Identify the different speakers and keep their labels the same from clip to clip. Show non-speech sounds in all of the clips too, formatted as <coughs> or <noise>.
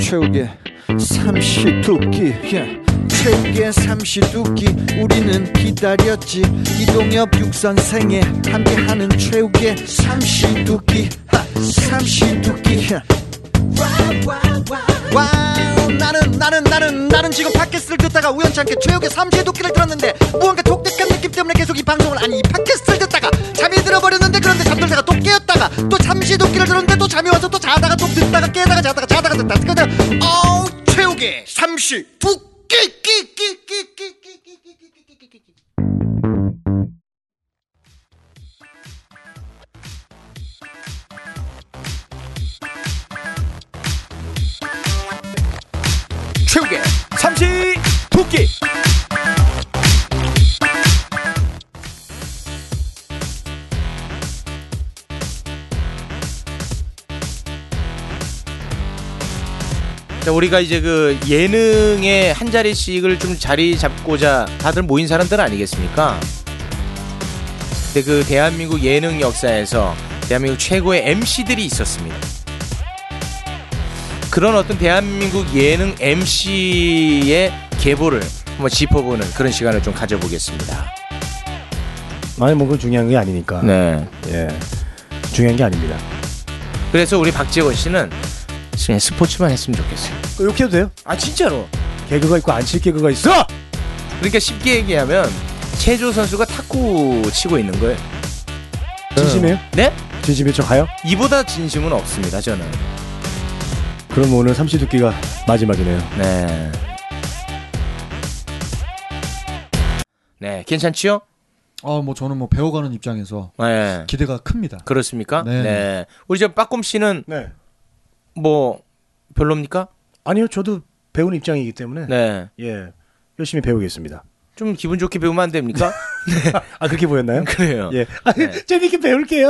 Speaker 1: 최후의 삼시두끼 yeah. 최후의 삼시두끼 우리는 기다렸지 이동엽 육선생의 함께하는 최후의 삼시두끼 하, 예. 삼시두끼 yeah. 와우 나는 나는 나는 나는 지금 팟캐스트를 듣다가 우연찮게 최욱의 삼시의 도끼를 들었는데 무언가 독특한 느낌 때문에 계속 이 방송을 아니 이 팟캐스트를 듣다가 잠이 들어버렸는데 그런데 잠들다가 또 깨었다가 또 삼시의 도끼를 들었는데 또 잠이 와서 또 자다가 또 듣다가 깨다가 자다가 자다가 듣다 그냥 어우 최욱의 삼시 도끼 끼끼끼끼끼끼끼끼끼끼끼끼끼끼
Speaker 2: 최욱의 삼시 두끼 자, 우리가 이제 그 예능의 한 자리씩을 좀 자리 잡고자 다들 모인 사람들 아니겠습니까? 근데 그 대한민국 예능 역사에서 대한민국 최고의 MC들이 있었습니다. 그런 어떤 대한민국 예능 MC의 계보를 한번 짚어보는 그런 시간을 좀 가져보겠습니다.
Speaker 3: 아니 뭐 그건 중요한 게 아니니까
Speaker 2: 네.
Speaker 3: 예 중요한 게 아닙니다
Speaker 2: 그래서 우리 박재원 씨는 그냥 스포츠만 했으면 좋겠어요.
Speaker 3: 그거 욕해도 돼요?
Speaker 2: 아 진짜로.
Speaker 3: 개그가 있고 안 칠 개그가 있어
Speaker 2: 그러니까 쉽게 얘기하면 최조 선수가 탁구 치고 있는 거예요.
Speaker 3: 진심이에요?
Speaker 2: 네?
Speaker 3: 진심일 척 가요?
Speaker 2: 이보다 진심은 없습니다. 저는.
Speaker 3: 그럼 오늘 삼시두끼가 마지막이네요
Speaker 2: 네. 네, 괜찮지요?
Speaker 4: 아, 뭐 저는 뭐 배워가는 입장에서
Speaker 2: 네.
Speaker 4: 기대가 큽니다.
Speaker 2: 그렇습니까?
Speaker 4: 네.
Speaker 2: 우리 저 빠꼼 씨는
Speaker 3: 네
Speaker 2: 뭐 별로입니까?
Speaker 3: 아니요 저도 배우는 입장이기 때문에
Speaker 2: 네.
Speaker 3: 예 열심히 배우겠습니다
Speaker 2: 좀 기분 좋게 배우면 안 됩니까?
Speaker 3: 아 그렇게 보였나요?
Speaker 2: 그래요.
Speaker 3: 예 아,
Speaker 2: 그렇죠. 네.
Speaker 3: <laughs> 재밌게 배울게요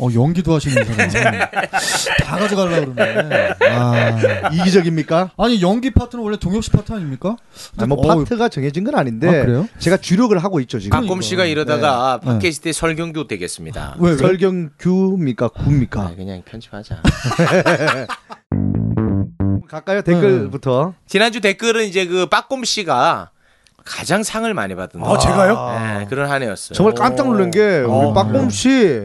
Speaker 4: 어, 연기도 하시는
Speaker 5: <laughs>
Speaker 4: 사람.
Speaker 5: 네.
Speaker 4: 다 가져가려고 그러네. 아.
Speaker 5: 이기적입니까?
Speaker 4: 아니, 연기 파트는 원래 동엽 씨 파트 아닙니까?
Speaker 5: 아니, 뭐
Speaker 4: 어우,
Speaker 5: 파트가 정해진 건 아닌데
Speaker 4: 아, 그래요?
Speaker 5: 제가 주력을 하고 있죠 지금.
Speaker 2: 박곰 씨가 이러다가 팟캐스트에 설경교 되겠습니다.
Speaker 4: 왜, 네. 왜?
Speaker 5: 설경규입니까? 구입니까?
Speaker 2: 아, 그냥 편집하자. <laughs>
Speaker 5: 갈까요? 댓글부터.
Speaker 2: 지난주 댓글은 이제 그 빠꼼 씨가 가장 상을 많이 받은
Speaker 3: 아 제가요?
Speaker 2: 네, 그런 한 해였어요.
Speaker 5: 정말 깜짝 놀란 게
Speaker 4: 아, 네.
Speaker 5: 우리 박곰 씨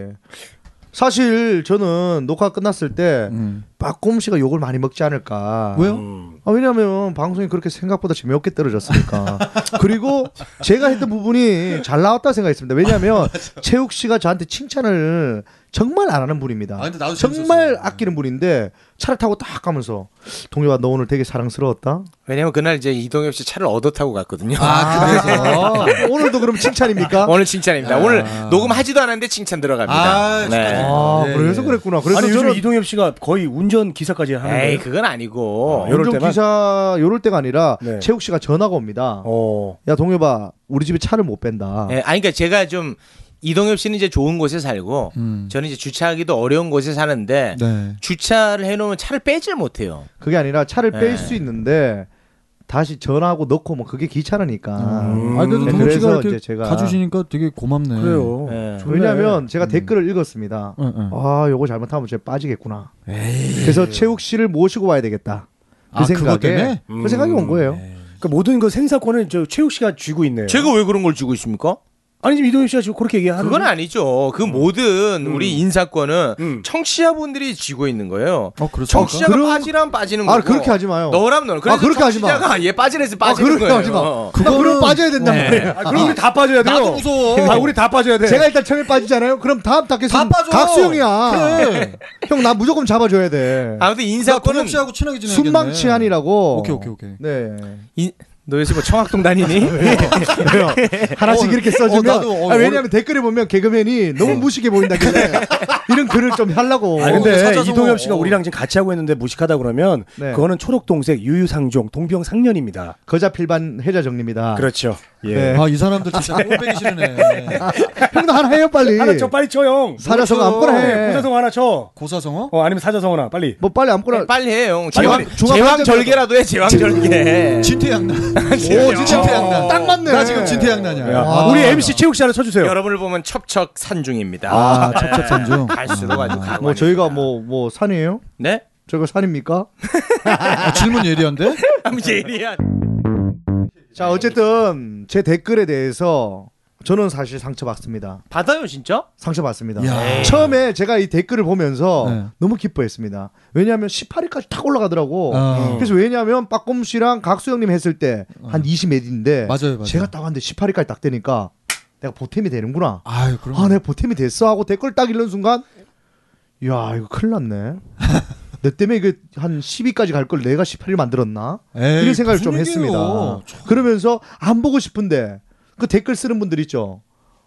Speaker 5: 사실 저는 녹화 끝났을 때
Speaker 4: 음.
Speaker 5: 박곰 씨가 욕을 많이 먹지 않을까.
Speaker 4: 왜요?
Speaker 3: 음.
Speaker 5: 아, 왜냐하면 방송이 그렇게 생각보다 재미없게 떨어졌으니까. 그리고 제가 했던 부분이 잘 나왔다 생각했습니다. 왜냐하면 채욱 씨가 저한테 칭찬을 정말 안 하는 분입니다.
Speaker 4: 아, 근데 나도
Speaker 5: 정말
Speaker 4: 재밌었어.
Speaker 5: 아끼는 분인데 차를 타고 딱 가면서 동료가 너 오늘 되게 사랑스러웠다.
Speaker 2: 왜냐면 그날 이제 이동엽 씨 차를 얻어 타고 갔거든요.
Speaker 5: 아, 오늘도 그럼 칭찬입니까?
Speaker 2: 오늘 칭찬입니다. 오늘 녹음하지도 않았는데 칭찬 들어갑니다.
Speaker 4: 아,
Speaker 2: 네.
Speaker 5: 아,
Speaker 4: 예,
Speaker 5: 그래서
Speaker 4: 예.
Speaker 5: 그랬구나. 그래서
Speaker 3: 아니 요즘
Speaker 5: 저는
Speaker 3: 이동엽 씨가 거의 운전 기사까지 하는
Speaker 2: 에이,
Speaker 3: 거예요?
Speaker 2: 그건 아니고.
Speaker 3: 아, 요럴 때만?
Speaker 5: 기사 요럴 때가 아니라
Speaker 3: 네.
Speaker 5: 채욱 씨가 전화가 옵니다.
Speaker 3: 어
Speaker 5: 야 동엽아 우리 집에 차를 못 뺀다.
Speaker 2: 예, 아니, 그러니까 제가 좀 이동엽 씨는 이제 좋은 곳에 살고
Speaker 4: 음.
Speaker 2: 저는 이제 주차하기도 어려운 곳에 사는데
Speaker 4: 네.
Speaker 2: 주차를 해놓으면 차를 빼질 못해요.
Speaker 5: 그게 아니라 차를
Speaker 2: 네.
Speaker 5: 뺄 수 있는데 다시 전화하고 넣고 뭐 그게 귀찮으니까.
Speaker 4: 아, 그래도
Speaker 5: 네,
Speaker 4: 동엽 씨가
Speaker 5: 그래서
Speaker 4: 이렇게
Speaker 5: 이제 제가-
Speaker 4: 가주시니까 되게 고맙네.
Speaker 3: 그래요
Speaker 2: 네.
Speaker 3: 좋네.
Speaker 5: 왜냐하면 제가 댓글을 읽었습니다.
Speaker 4: 응, 응.
Speaker 5: 아 요거 잘못하면 제가 빠지겠구나. 그래서 채욱 씨를 모시고 와야 되겠다. 그
Speaker 4: 아, 그거
Speaker 5: 생각에
Speaker 4: 때문에? 음.
Speaker 5: 그 생각이 온 거예요.
Speaker 3: 그러니까 모든 그 생사권을 저 최욱 씨가 쥐고 있네요
Speaker 2: 제가 왜 그런 걸 주고 있습니까?
Speaker 3: 아니 지금 이동엽 씨가 지금 그렇게 얘기하는
Speaker 2: 그건 아니죠.
Speaker 5: 음.
Speaker 2: 그 모든 우리 인사권은
Speaker 3: 음.
Speaker 2: 청취자분들이 쥐고 있는 거예요.
Speaker 4: 어, 그렇습니까?
Speaker 2: 청취자가 빠지라면 빠지는 거고.
Speaker 5: 아 그렇게 하지 마요.
Speaker 2: 너라면 너라. 그래서
Speaker 5: 아, 그렇게 하지 마.
Speaker 2: 청취자가 얘 빠지는지
Speaker 5: 아
Speaker 2: 빠지는
Speaker 5: 그렇게
Speaker 2: 거예요.
Speaker 5: 하지 마.
Speaker 2: 어.
Speaker 5: 그거럼
Speaker 4: 그거는-
Speaker 5: 빠져야 된단 말이야.
Speaker 3: 아, 그럼 우리 다 빠져야 돼요
Speaker 4: 나도 무서워.
Speaker 3: 아 우리 다 빠져야 돼
Speaker 5: 제가 일단 처음에 빠지잖아요. 그럼 다음 다 계속
Speaker 4: 다 빠져.
Speaker 5: 각수형이야. 형 나 무조건 잡아줘야 돼.
Speaker 2: 아무튼
Speaker 4: 나 동엽
Speaker 2: 인사권은
Speaker 4: 씨하고 친하게 지내야겠네.
Speaker 5: 순망치안이라고.
Speaker 4: 오케이, 오케이, 오케이.
Speaker 5: 네.
Speaker 2: 인... 너 요새 뭐 청학동 다니니?
Speaker 5: 왜요? 하나씩 이렇게 써주면
Speaker 4: 어, 나도, 어,
Speaker 5: 아, 왜냐면 댓글에 보면 개그맨이 너무 무식해 보인다길래 이런 글을 좀 하려고.
Speaker 3: 아
Speaker 4: 어,
Speaker 3: 근데
Speaker 4: 찾아서
Speaker 3: 이동엽 씨가
Speaker 4: 어.
Speaker 3: 우리랑 지금 같이 하고 있는데 무식하다 그러면
Speaker 5: 네.
Speaker 3: 그거는 초록동색 유유상종 동병상련입니다.
Speaker 5: 거자필반 혜자 정리입니다.
Speaker 3: 그렇죠. 예.
Speaker 5: 네. 아,
Speaker 4: 아, 이 사람들 진짜 꼴 빼기 싫으네.
Speaker 5: 형도 하나 해요 빨리.
Speaker 3: 하나 쳐 빨리 쳐 형.
Speaker 5: 사자성
Speaker 3: 그렇죠.
Speaker 5: 아무거나 해.
Speaker 3: 네, 고사성 하나 쳐.
Speaker 4: <laughs> 고사성어?
Speaker 3: 어 아니면 사자성 하나 빨리.
Speaker 5: 뭐 빨리 아무거나.
Speaker 2: 네, 빨리 해, 형.
Speaker 5: 빨리
Speaker 2: 제왕,
Speaker 5: 빨리. 중앙
Speaker 2: 제왕
Speaker 5: 판정이라도.
Speaker 2: 절개라도 해, 제왕 절개.
Speaker 4: 네. 아, 진퇴양난. 오,
Speaker 3: 어.
Speaker 4: 진퇴양난.
Speaker 5: 딱 맞네.
Speaker 4: 나 지금 진퇴양난이야.
Speaker 3: 야.
Speaker 4: 아,
Speaker 3: 우리 MC 최욱 씨 하나 쳐주세요.
Speaker 2: 여러분을 보면 첩첩 산중입니다.
Speaker 4: 아, 첩첩산중.
Speaker 2: 갈수록 아주 가고.
Speaker 5: 뭐 저희가 뭐 뭐 산이에요?
Speaker 2: 네?
Speaker 5: 저거 산입니까?
Speaker 4: 아, 질문 예리한데?
Speaker 2: 예리한.
Speaker 5: 자 어쨌든 제 댓글에 대해서 저는 사실 상처받습니다.
Speaker 2: 받아요 진짜?
Speaker 5: 상처받습니다.
Speaker 4: 야.
Speaker 5: 처음에 제가 이 댓글을 보면서
Speaker 4: 네.
Speaker 5: 너무 기뻐했습니다. 왜냐하면 18위까지 탁 올라가더라고.
Speaker 4: 아.
Speaker 5: 그래서 왜냐하면 빠꼼 씨랑 각수 형님 했을 때 한 20몇인데
Speaker 4: 맞아요, 맞아요.
Speaker 5: 제가 딱 왔는데 18위까지 딱 되니까 내가 보탬이 되는구나.
Speaker 4: 아유, 그럼.
Speaker 5: 아, 내가 보탬이 됐어 하고 댓글 딱 읽는 순간, 야 이거 큰일
Speaker 4: <laughs>
Speaker 5: 났네. 내 때문에 이게 한 10위까지 갈 걸 내가 18위 만들었나?
Speaker 4: 에이,
Speaker 5: 이런 생각을 좀
Speaker 4: 무슨
Speaker 5: 했습니다.
Speaker 4: 얘기예요?
Speaker 5: 그러면서 안 보고 싶은데 그 댓글 쓰는 분들 있죠.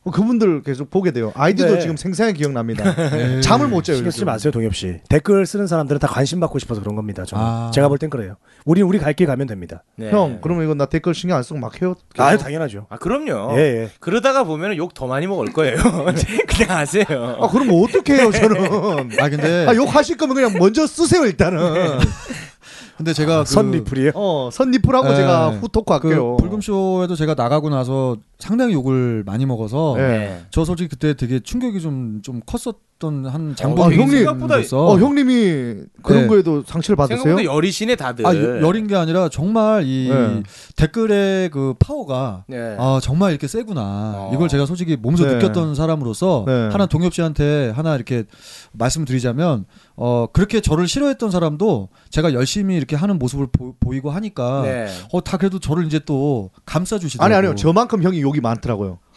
Speaker 5: 어, 그분들 계속 보게 돼요. 아이디도
Speaker 3: 근데-
Speaker 5: 지금 생생하게
Speaker 4: <laughs>
Speaker 5: 기억납니다. 잠을 못 자요.
Speaker 3: 네. 신경 쓰지
Speaker 5: 요즘.
Speaker 3: 마세요, 동엽 씨. 댓글 쓰는 사람들은 다 관심 받고 싶어서 그런 겁니다. 저는.
Speaker 4: 아.
Speaker 3: 제가 볼 땐 그래요. 우린 우리 갈 길 가면 됩니다.
Speaker 2: 네.
Speaker 5: 형, 그러면 이거 나 댓글 신경 안 쓰고 막 해요.
Speaker 3: 아, 당연하죠.
Speaker 2: 아 그럼요.
Speaker 3: 예, 예.
Speaker 2: 그러다가 보면은 욕 더 많이 먹을 거예요. <laughs> 그냥 아세요.
Speaker 5: 아, 그럼 어떻게
Speaker 3: <laughs>
Speaker 5: 해요, 저는?
Speaker 3: 네.
Speaker 4: 아, 근데
Speaker 5: 아, 욕하실 거면 그냥 먼저 쓰세요, 일단은.
Speaker 4: 근데 제가 그-
Speaker 3: 선 리플이에요.
Speaker 5: <laughs> 어, 선니프라고
Speaker 4: 예.
Speaker 5: 제가 후토크 할게요.
Speaker 4: 그 불금쇼에도 제가 나가고 나서 상당히 욕을 많이 먹어서
Speaker 1: 네.
Speaker 5: 예.
Speaker 2: 네.
Speaker 4: 저 솔직히 그때 되게 충격이 좀, 좀 컸었던 한
Speaker 5: 아,
Speaker 4: 장보기
Speaker 5: 형님.
Speaker 4: 생각보다
Speaker 5: 어, 형님이 그런
Speaker 4: 네.
Speaker 5: 거에도 상처를 받으세요?
Speaker 2: 생각보다 여리시네 다들.
Speaker 4: 아, 여- 여린 게 아니라 정말 이
Speaker 5: 네.
Speaker 4: 댓글의 그 파워가
Speaker 2: 네.
Speaker 4: 아 정말 이렇게 세구나
Speaker 2: 어.
Speaker 4: 이걸 제가 솔직히 몸소
Speaker 5: 네.
Speaker 4: 느꼈던 사람으로서
Speaker 5: 네.
Speaker 4: 하나 동엽 씨한테 하나 이렇게 말씀드리자면 어 그렇게 저를 싫어했던 사람도 제가 열심히 이렇게 하는 모습을 보, 이고 하니까
Speaker 2: 네.
Speaker 4: 어 다 그래도 저를 이제 또 감싸 주시더라고
Speaker 5: 아니 아니요 저만큼 형이 욕이 많더라고요. <laughs>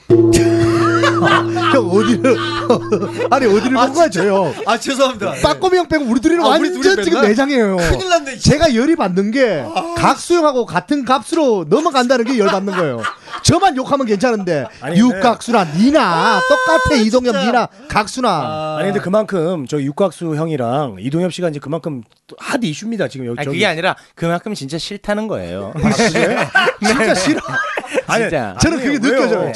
Speaker 5: 형 어디를 <laughs> 아니 어디를 본 거야 저요.
Speaker 4: 아 죄송합니다
Speaker 5: 빠꼬미 형 빼고 우리 둘이는
Speaker 4: 아, 우리
Speaker 5: 완전
Speaker 4: 둘이
Speaker 5: 지금
Speaker 4: 뺐나?
Speaker 5: 매장이에요.
Speaker 4: 났네
Speaker 5: 제가 열이 받는 게 각수 형하고 같은 값으로 넘어간다는 게 열 받는 거예요. 저만 욕하면 괜찮은데
Speaker 3: 아니, 근데-
Speaker 5: 육각수나 니나 똑같아 이동엽 니나 각수나
Speaker 3: 아니 근데 그만큼 저 육각수 형이랑 이동엽 씨가 이제 그만큼 또핫 이슈입니다 지금 여기
Speaker 2: 아니,
Speaker 3: 저기.
Speaker 2: 그게 아니라 그만큼 진짜 싫다는 거예요.
Speaker 5: <laughs> 진짜 싫어.
Speaker 3: 아니,
Speaker 2: 진짜.
Speaker 5: 저는
Speaker 3: 아니에요,
Speaker 5: 그게
Speaker 3: 왜요?
Speaker 5: 느껴져요.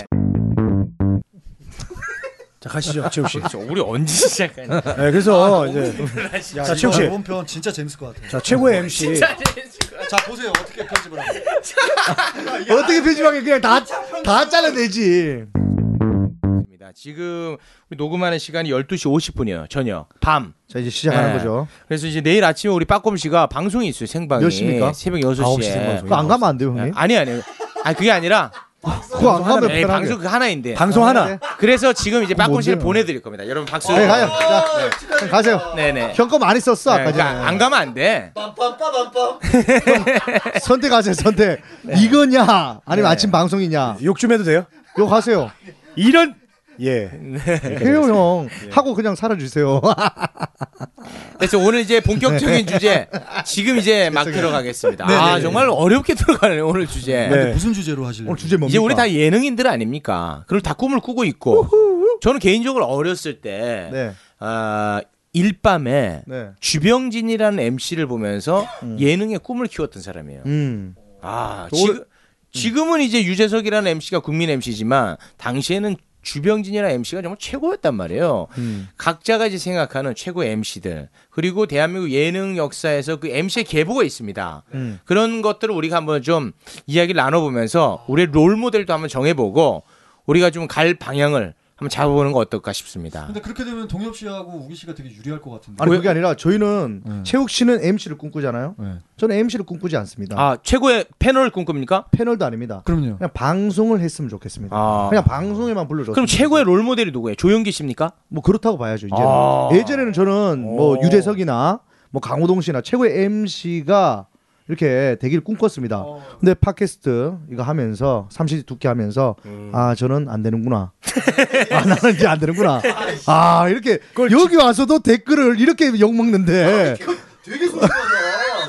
Speaker 3: 자 가시죠 최욱 씨.
Speaker 2: 저 우리 언제 시작하냐?
Speaker 3: 네, 그래서 이제 자 최욱 씨.
Speaker 4: 아, 편 진짜 재밌을 것 같아요
Speaker 3: 자 최고의 MC.
Speaker 4: 자 보세요 어떻게 편집을 하고
Speaker 5: 어떻게 편집하게 그냥 다 다 잘라내지.
Speaker 2: 있습니다. 지금 우리 녹음하는 시간이 12시 50분이에요. 저녁. 밤.
Speaker 5: 자 이제 시작하는
Speaker 2: 네.
Speaker 5: 거죠.
Speaker 2: 그래서 이제 내일 아침에 우리 빠꼼 씨가 방송이 있어요. 생방이.
Speaker 5: 몇 시입니까?
Speaker 2: 새벽 6시에. 예.
Speaker 5: 그거 안 가면 안 돼요 형님.
Speaker 2: 아니 아니. 아 그게 아니라
Speaker 5: 그거 안 가면
Speaker 2: 에이,
Speaker 5: 편하게.
Speaker 2: 네. 방송 그 하나인데.
Speaker 3: 방송
Speaker 2: 네.
Speaker 3: 하나.
Speaker 2: 그래서 지금 이제 빠꼼 씨를
Speaker 5: 뭔데요?
Speaker 2: 보내 드릴 겁니다. 여러분 박수.
Speaker 5: 네, 가요. 자, 그럼 가세요.
Speaker 2: 네, 네.
Speaker 5: 형거 많이 썼어 아까
Speaker 2: 그러니까
Speaker 5: 전에.
Speaker 2: 안 가면 안 돼.
Speaker 5: 선택하세요 선택.
Speaker 2: 네.
Speaker 5: 이거냐 아니면 아침 방송이냐.
Speaker 3: 욕 좀 해도 돼요?
Speaker 5: 욕 하세요.
Speaker 3: 이런 예.
Speaker 2: 네,
Speaker 5: 해요 형. 하고 그냥
Speaker 2: <laughs>
Speaker 5: 사라지세요.
Speaker 2: 그래서 오늘 이제
Speaker 5: 네.
Speaker 2: 본격적인 주제 지금 이제 막 들어가겠습니다. 아 정말 어렵게 들어가네요 오늘 주제.
Speaker 3: 네.
Speaker 4: 무슨 주제로 하실래요
Speaker 5: 오늘 주제 뭡니까?
Speaker 2: 이제 우리 다 예능인들 아닙니까? 그리고 다 꿈을 꾸고 있고 저는 개인적으로 어렸을 때
Speaker 5: 네.
Speaker 2: 아, 일밤에
Speaker 5: 네.
Speaker 2: 주병진이라는 MC를 보면서 예능의 꿈을 키웠던 사람이에요.
Speaker 5: 음.
Speaker 2: 아 지금 지금은 이제 유재석이라는 MC가 국민 MC지만 당시에는 주병진이라는 MC가 정말 최고였단 말이에요. 각자가 이제 생각하는 최고의 MC들 그리고 대한민국 예능 역사에서 그 MC의 계보가 있습니다. 그런 것들을 우리가 한번 좀 이야기를 나눠보면서 우리의 롤 모델도 한번 정해보고 우리가 좀 갈 방향을 한번 잡아보는 거 어떨까 싶습니다.
Speaker 4: 근데 그렇게 되면 동엽 씨하고 우기 씨가 되게 유리할 것 같은데
Speaker 5: 아니
Speaker 2: 왜-
Speaker 5: 그게 아니라 저희는
Speaker 2: 음.
Speaker 4: 네.
Speaker 5: 채욱 씨는 MC를 꿈꾸잖아요.
Speaker 4: 네.
Speaker 5: 저는 MC를 꿈꾸지 않습니다.
Speaker 2: 아 최고의 패널 꿈꿉니까?
Speaker 5: 패널도 아닙니다.
Speaker 4: 그럼요
Speaker 5: 그냥 방송을 했으면 좋겠습니다.
Speaker 2: 아.
Speaker 5: 그냥 방송에만 불러줬어요.
Speaker 2: 그럼 최고의 롤 모델이 누구예요? 조용기 씨입니까?
Speaker 5: 뭐 그렇다고 봐야죠. 이제
Speaker 2: 아.
Speaker 5: 예전에는 저는 뭐
Speaker 2: 오.
Speaker 5: 유재석이나 뭐 강호동 씨나 최고의 MC가 이렇게 되기를 꿈꿨습니다.
Speaker 2: 어.
Speaker 5: 근데 팟캐스트 이거 하면서 삼시지 두께 하면서
Speaker 2: 음.
Speaker 5: 아 저는 안 되는구나. 아 나는 이제 안 되는구나. 아 이렇게 여기 와서도 댓글을 이렇게 욕 먹는데
Speaker 2: 아, 그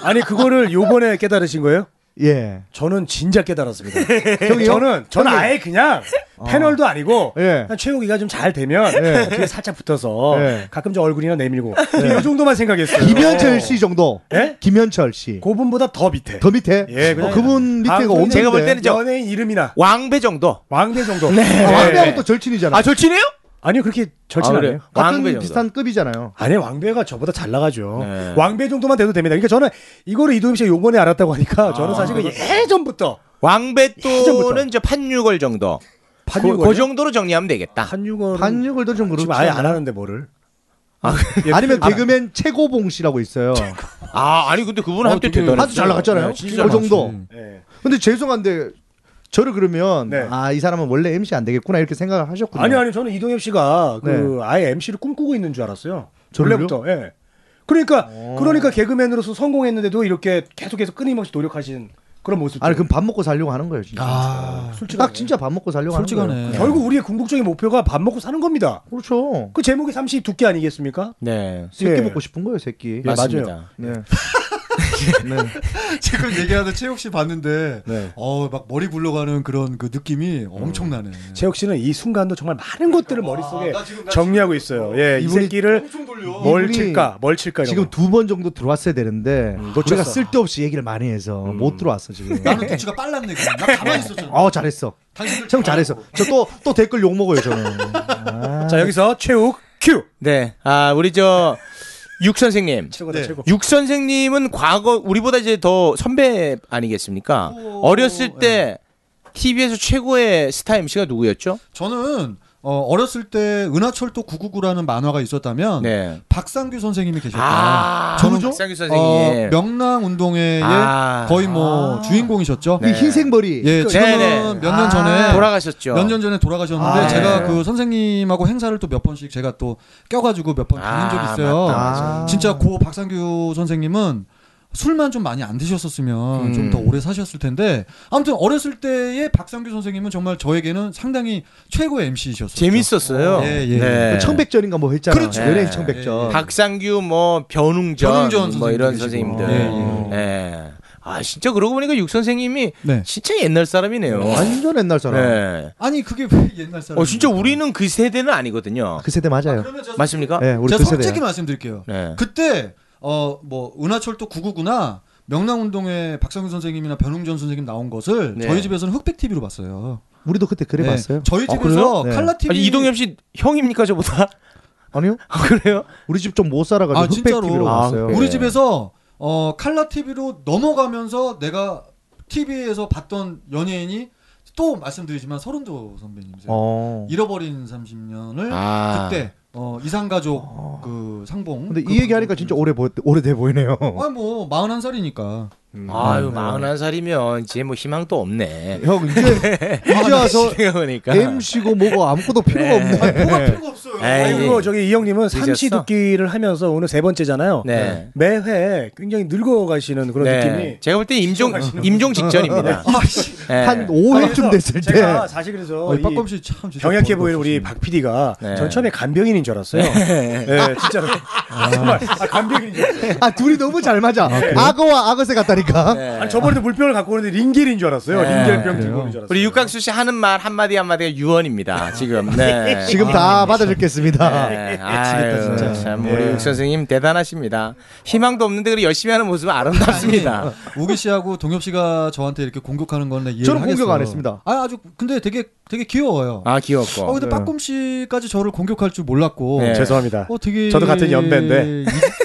Speaker 3: 아니 그거를 요번에 깨달으신 거예요?
Speaker 5: 예.
Speaker 3: 저는 진짜 깨달았습니다.
Speaker 5: 형이요?
Speaker 3: 저는 저는
Speaker 5: 형님.
Speaker 3: 아예 그냥 패널도 아니고
Speaker 5: 예.
Speaker 3: 그냥 최욱이가 좀 잘 되면
Speaker 5: 예.
Speaker 3: 뒤에 살짝 붙어서
Speaker 5: 예.
Speaker 3: 가끔 좀 얼굴이나 내밀고 이 정도만 생각했어요.
Speaker 5: 김현철 씨 정도.
Speaker 3: 예?
Speaker 5: 김현철 씨.
Speaker 3: 그분보다 더 밑에.
Speaker 5: 더 밑에.
Speaker 3: 예, 그냥-
Speaker 5: 어, 그분 밑에가
Speaker 3: 방송인-
Speaker 5: 없는데.
Speaker 2: 제가 볼 때는 저-
Speaker 3: 연예인 이름이나
Speaker 2: 왕배 정도.
Speaker 3: 왕대 정도. 네.
Speaker 5: 아,
Speaker 3: 왕배.
Speaker 5: 왕배하고 또 절친이잖아.
Speaker 2: 예. 아 절친이에요?
Speaker 3: 아니요 그렇게 절친
Speaker 2: 아,
Speaker 3: 아,
Speaker 2: 그래요?
Speaker 3: 니에요
Speaker 5: 같은
Speaker 2: 왕배 정도.
Speaker 5: 비슷한 급이잖아요.
Speaker 3: 아니 왕배가 저보다 잘 나가죠.
Speaker 2: 네.
Speaker 3: 왕배 정도만 돼도 됩니다. 그러니까 저는 이거를 이도엽 씨가 요번에 알았다고 하니까
Speaker 5: 아,
Speaker 3: 저는 사실 그 예전부터
Speaker 2: 왕배 또는
Speaker 3: 예전부터.
Speaker 2: 저 판유걸 정도. 그,
Speaker 3: 판유걸이요?
Speaker 2: 그 정도로 정리하면 되겠다.
Speaker 3: 한유걸
Speaker 5: 반역을 도좀 그렇지.
Speaker 3: 음. 지금 아예
Speaker 5: 않아요.
Speaker 3: 안 하는데 뭐를?
Speaker 5: 아니면
Speaker 3: 네.
Speaker 5: 개그맨 최고봉 씨라고 있어요.
Speaker 2: 아 아니 근데 그분은 한때 대단했어요.
Speaker 5: 아주 잘 나갔잖아요.
Speaker 2: 네, 진짜
Speaker 5: 그 정도.
Speaker 4: 음.
Speaker 5: 근데 죄송한데 저를 그러면
Speaker 3: 네.
Speaker 5: 아 이 사람은 원래 MC 안 되겠구나 이렇게 생각을 하셨군요.
Speaker 3: 아니 아니 저는 이동엽 씨가 그
Speaker 5: 네.
Speaker 3: 아예 MC를 꿈꾸고 있는 줄 알았어요.
Speaker 5: 저를요? 어.
Speaker 3: 원래부터. 예. 그러니까 그러니까 개그맨으로서 성공했는데도 이렇게 계속해서 끊임없이 노력하신 그런 모습.
Speaker 5: 아니 그럼 밥 먹고 살려고 하는 거예요 진짜.
Speaker 4: 아,
Speaker 3: 솔직하게.
Speaker 5: 딱 진짜 밥 먹고 살려고 하는 거예요.
Speaker 4: 솔직하네.
Speaker 3: 결국 우리의 궁극적인 목표가 밥 먹고 사는 겁니다.
Speaker 5: 그렇죠.
Speaker 3: 그 제목이 삼시 두끼 아니겠습니까?
Speaker 2: 네.
Speaker 5: 새끼
Speaker 3: 예.
Speaker 5: 먹고 싶은 거예요 새끼.
Speaker 3: 맞-
Speaker 2: 맞습니다.
Speaker 5: 네.
Speaker 4: 지금 얘기하다 최욱 씨 봤는데
Speaker 2: 네.
Speaker 4: 어 막 머리 굴러가는 그런 그 느낌이 엄청나네.
Speaker 2: 음.
Speaker 3: 재혁 씨는 이 순간도 정말 많은 것들을 머릿속에 정리하고 있어요. 예, 이
Speaker 5: 이분이
Speaker 3: 새끼를 뭘
Speaker 5: 이분이
Speaker 3: 칠까, 뭘 칠까 이런
Speaker 5: 지금
Speaker 3: 거.
Speaker 5: 두 번 정도 들어왔어야 되는데 우리가
Speaker 3: 놓쳤어.
Speaker 5: 쓸데없이 얘기를 많이 해서 못 들어왔어 지금.
Speaker 4: <laughs> 나는 눈치가 빨랐네. 그냥. 나 가만히 있었잖아.
Speaker 5: 어 잘했어.
Speaker 4: 당신들
Speaker 5: 형 잘했어. 저 또 또 댓글 욕 먹어요 저는. 아.
Speaker 3: 자 여기서 최욱 큐.
Speaker 2: 네. 아 우리 저 육 선생님.
Speaker 3: 최고다 최고.
Speaker 2: 육 선생님은 과거 우리보다 이제 더 선배 아니겠습니까? 어렸을 때 TV에서 최고의 스타 MC가 누구였죠?
Speaker 4: 저는 어, 어렸을 때 은하철도 999라는 만화가 있었다면
Speaker 2: 네.
Speaker 4: 박상규 선생님이 계셨다.
Speaker 2: 아,
Speaker 4: 저는
Speaker 2: 박상규 선생님.
Speaker 4: 어, 명랑 운동회의
Speaker 2: 아. 네.
Speaker 4: 거의 뭐 주인공이셨죠.
Speaker 5: 이 흰색 머리.
Speaker 4: 예, 지금은
Speaker 2: 네네. 아,
Speaker 4: 몇 년 전에
Speaker 2: 돌아가셨죠.
Speaker 4: 몇 년 전에 돌아가셨는데
Speaker 2: 아,
Speaker 4: 제가
Speaker 2: 네.
Speaker 4: 그 선생님하고 행사를 또 몇 번씩 제가 또 껴가지고 몇 번 다닌
Speaker 2: 아,
Speaker 4: 적이 있어요.
Speaker 2: 맞다,
Speaker 5: 맞아.
Speaker 4: 진짜 고 박상규 선생님은 술만 좀 많이 안 드셨었으면
Speaker 2: 음.
Speaker 4: 좀 더 오래 사셨을 텐데 아무튼 어렸을 때의 박상규 선생님은 정말 저에게는 상당히 최고의 MC이셨어요.
Speaker 2: 재밌었어요. 네.
Speaker 4: 예, 예.
Speaker 5: 그 청백전인가 뭐 했잖아.
Speaker 4: 그렇죠.
Speaker 5: 연예인
Speaker 2: 예.
Speaker 5: 청백전.
Speaker 2: 박상규 뭐 변웅전,
Speaker 4: 변웅전
Speaker 2: 뭐 이런
Speaker 4: 선생님도
Speaker 2: 선생님들.
Speaker 4: 계시고.
Speaker 2: 예. 아 진짜 그러고 보니까 육 선생님이
Speaker 4: 네.
Speaker 2: 진짜 옛날 사람이네요.
Speaker 5: 완전 옛날 사람.
Speaker 2: 네.
Speaker 4: 아니 그게 왜 옛날 사람?
Speaker 2: 어 진짜 우리는 그 세대는 아니거든요.
Speaker 5: 그 세대 맞아요.
Speaker 4: 그러면 제가
Speaker 2: 맞습니까?
Speaker 5: 예, 우리
Speaker 4: 제가
Speaker 5: 그 세대.
Speaker 4: 솔직히 말씀드릴게요.
Speaker 2: 네.
Speaker 4: 그때 어 뭐 은하철도 999나 명랑운동회 박상규 선생님이나 변웅전 선생님 나온 것을
Speaker 2: 네.
Speaker 4: 저희 집에서는 흑백 TV로 봤어요.
Speaker 5: 우리도 그때 그래
Speaker 4: 네.
Speaker 5: 봤어요.
Speaker 4: 저희
Speaker 5: 아, 그래요?
Speaker 4: 집에서
Speaker 5: 네.
Speaker 4: 칼라 TV
Speaker 2: 아니, 이동엽 씨 형입니까 저보다? <laughs>
Speaker 5: 아니요.
Speaker 2: 아, 그래요?
Speaker 5: 우리 집 좀 못 살아가지고
Speaker 4: 아,
Speaker 5: 흑백 TV로
Speaker 4: 진짜로?
Speaker 2: 아,
Speaker 5: 봤어요. 네.
Speaker 2: 흑백.
Speaker 4: 우리 집에서 어 칼라 TV로 넘어가면서 내가 TV에서 봤던 연예인이 또 말씀드리지만 서른도 선배님이세요.
Speaker 5: 어.
Speaker 4: 잃어버린 30년을
Speaker 2: 아.
Speaker 4: 그때 어 이상가족 그 상봉.
Speaker 5: 근데
Speaker 4: 그
Speaker 5: 이 얘기하니까 진짜 오래 보, 오래돼 보이네요.
Speaker 4: 아니 뭐 41살이니까.
Speaker 2: 아유 41살이면 이제 뭐 희망도 없네.
Speaker 5: 형 이제
Speaker 4: 아,
Speaker 5: 이제
Speaker 4: 네.
Speaker 5: 와서
Speaker 2: <laughs> 생각하니까.
Speaker 5: MC고 뭐고 아무것도 필요가 없네.
Speaker 4: 뭐가 필요가 없어요.
Speaker 2: 에이.
Speaker 3: 그리고 저기 아, 이 형님은
Speaker 2: 늦었어?
Speaker 3: 삼시 두끼를 하면서 오늘 세 번째잖아요.
Speaker 2: 네.
Speaker 3: 매회 굉장히 늙어가시는 그런 느낌이.
Speaker 2: 제가 볼 때 임종 임종 직전입니다.
Speaker 4: 아,
Speaker 2: 예.
Speaker 5: 한
Speaker 3: 아, 그래서
Speaker 5: 5회쯤 아, 됐을 때
Speaker 3: 제가 사실 그래서
Speaker 4: 어,
Speaker 3: 이
Speaker 4: 박검 씨참 뭐
Speaker 3: 병약해 보이는 우리 박 PD가
Speaker 2: 네.
Speaker 3: 전 처음에 간병인인 줄 알았어요. 예, 진짜로. <laughs> 정말 아, 간병인인 줄 알았어요.
Speaker 5: 아 둘이 너무 잘 맞아. 아, 거와 악어새 같다니까.
Speaker 2: 네.
Speaker 3: 아니, 저번에도 물병을 갖고 오는데 링겔인 줄 알았어요.
Speaker 2: 네.
Speaker 3: 링겔병 들고 오는 줄 알았어요.
Speaker 2: 우리 육각수 씨 하는 말 한마디 한마디가 유언입니다. 지금. 네.
Speaker 5: 지금 다 받아주겠습니다.
Speaker 2: 네. 아유, 참 우리 육 선생님 대단하십니다. 희망도 없는데 그래 열심히 하는 모습 아름답습니다.
Speaker 4: 우기 씨하고 동엽 씨가 저한테 이렇게 공격하는 건내 이해.
Speaker 5: 저는 공격 안 했습니다.
Speaker 4: 아 아주 근데 되게 되게 귀여워요.
Speaker 2: 아
Speaker 4: 어
Speaker 2: 귀엽고.
Speaker 4: 근데 빠꼼 씨까지 저를 공격할 줄 몰랐고.
Speaker 2: 네.
Speaker 3: 죄송합니다.
Speaker 4: 어 되게
Speaker 3: 저도 같은 연배인데.
Speaker 4: 이-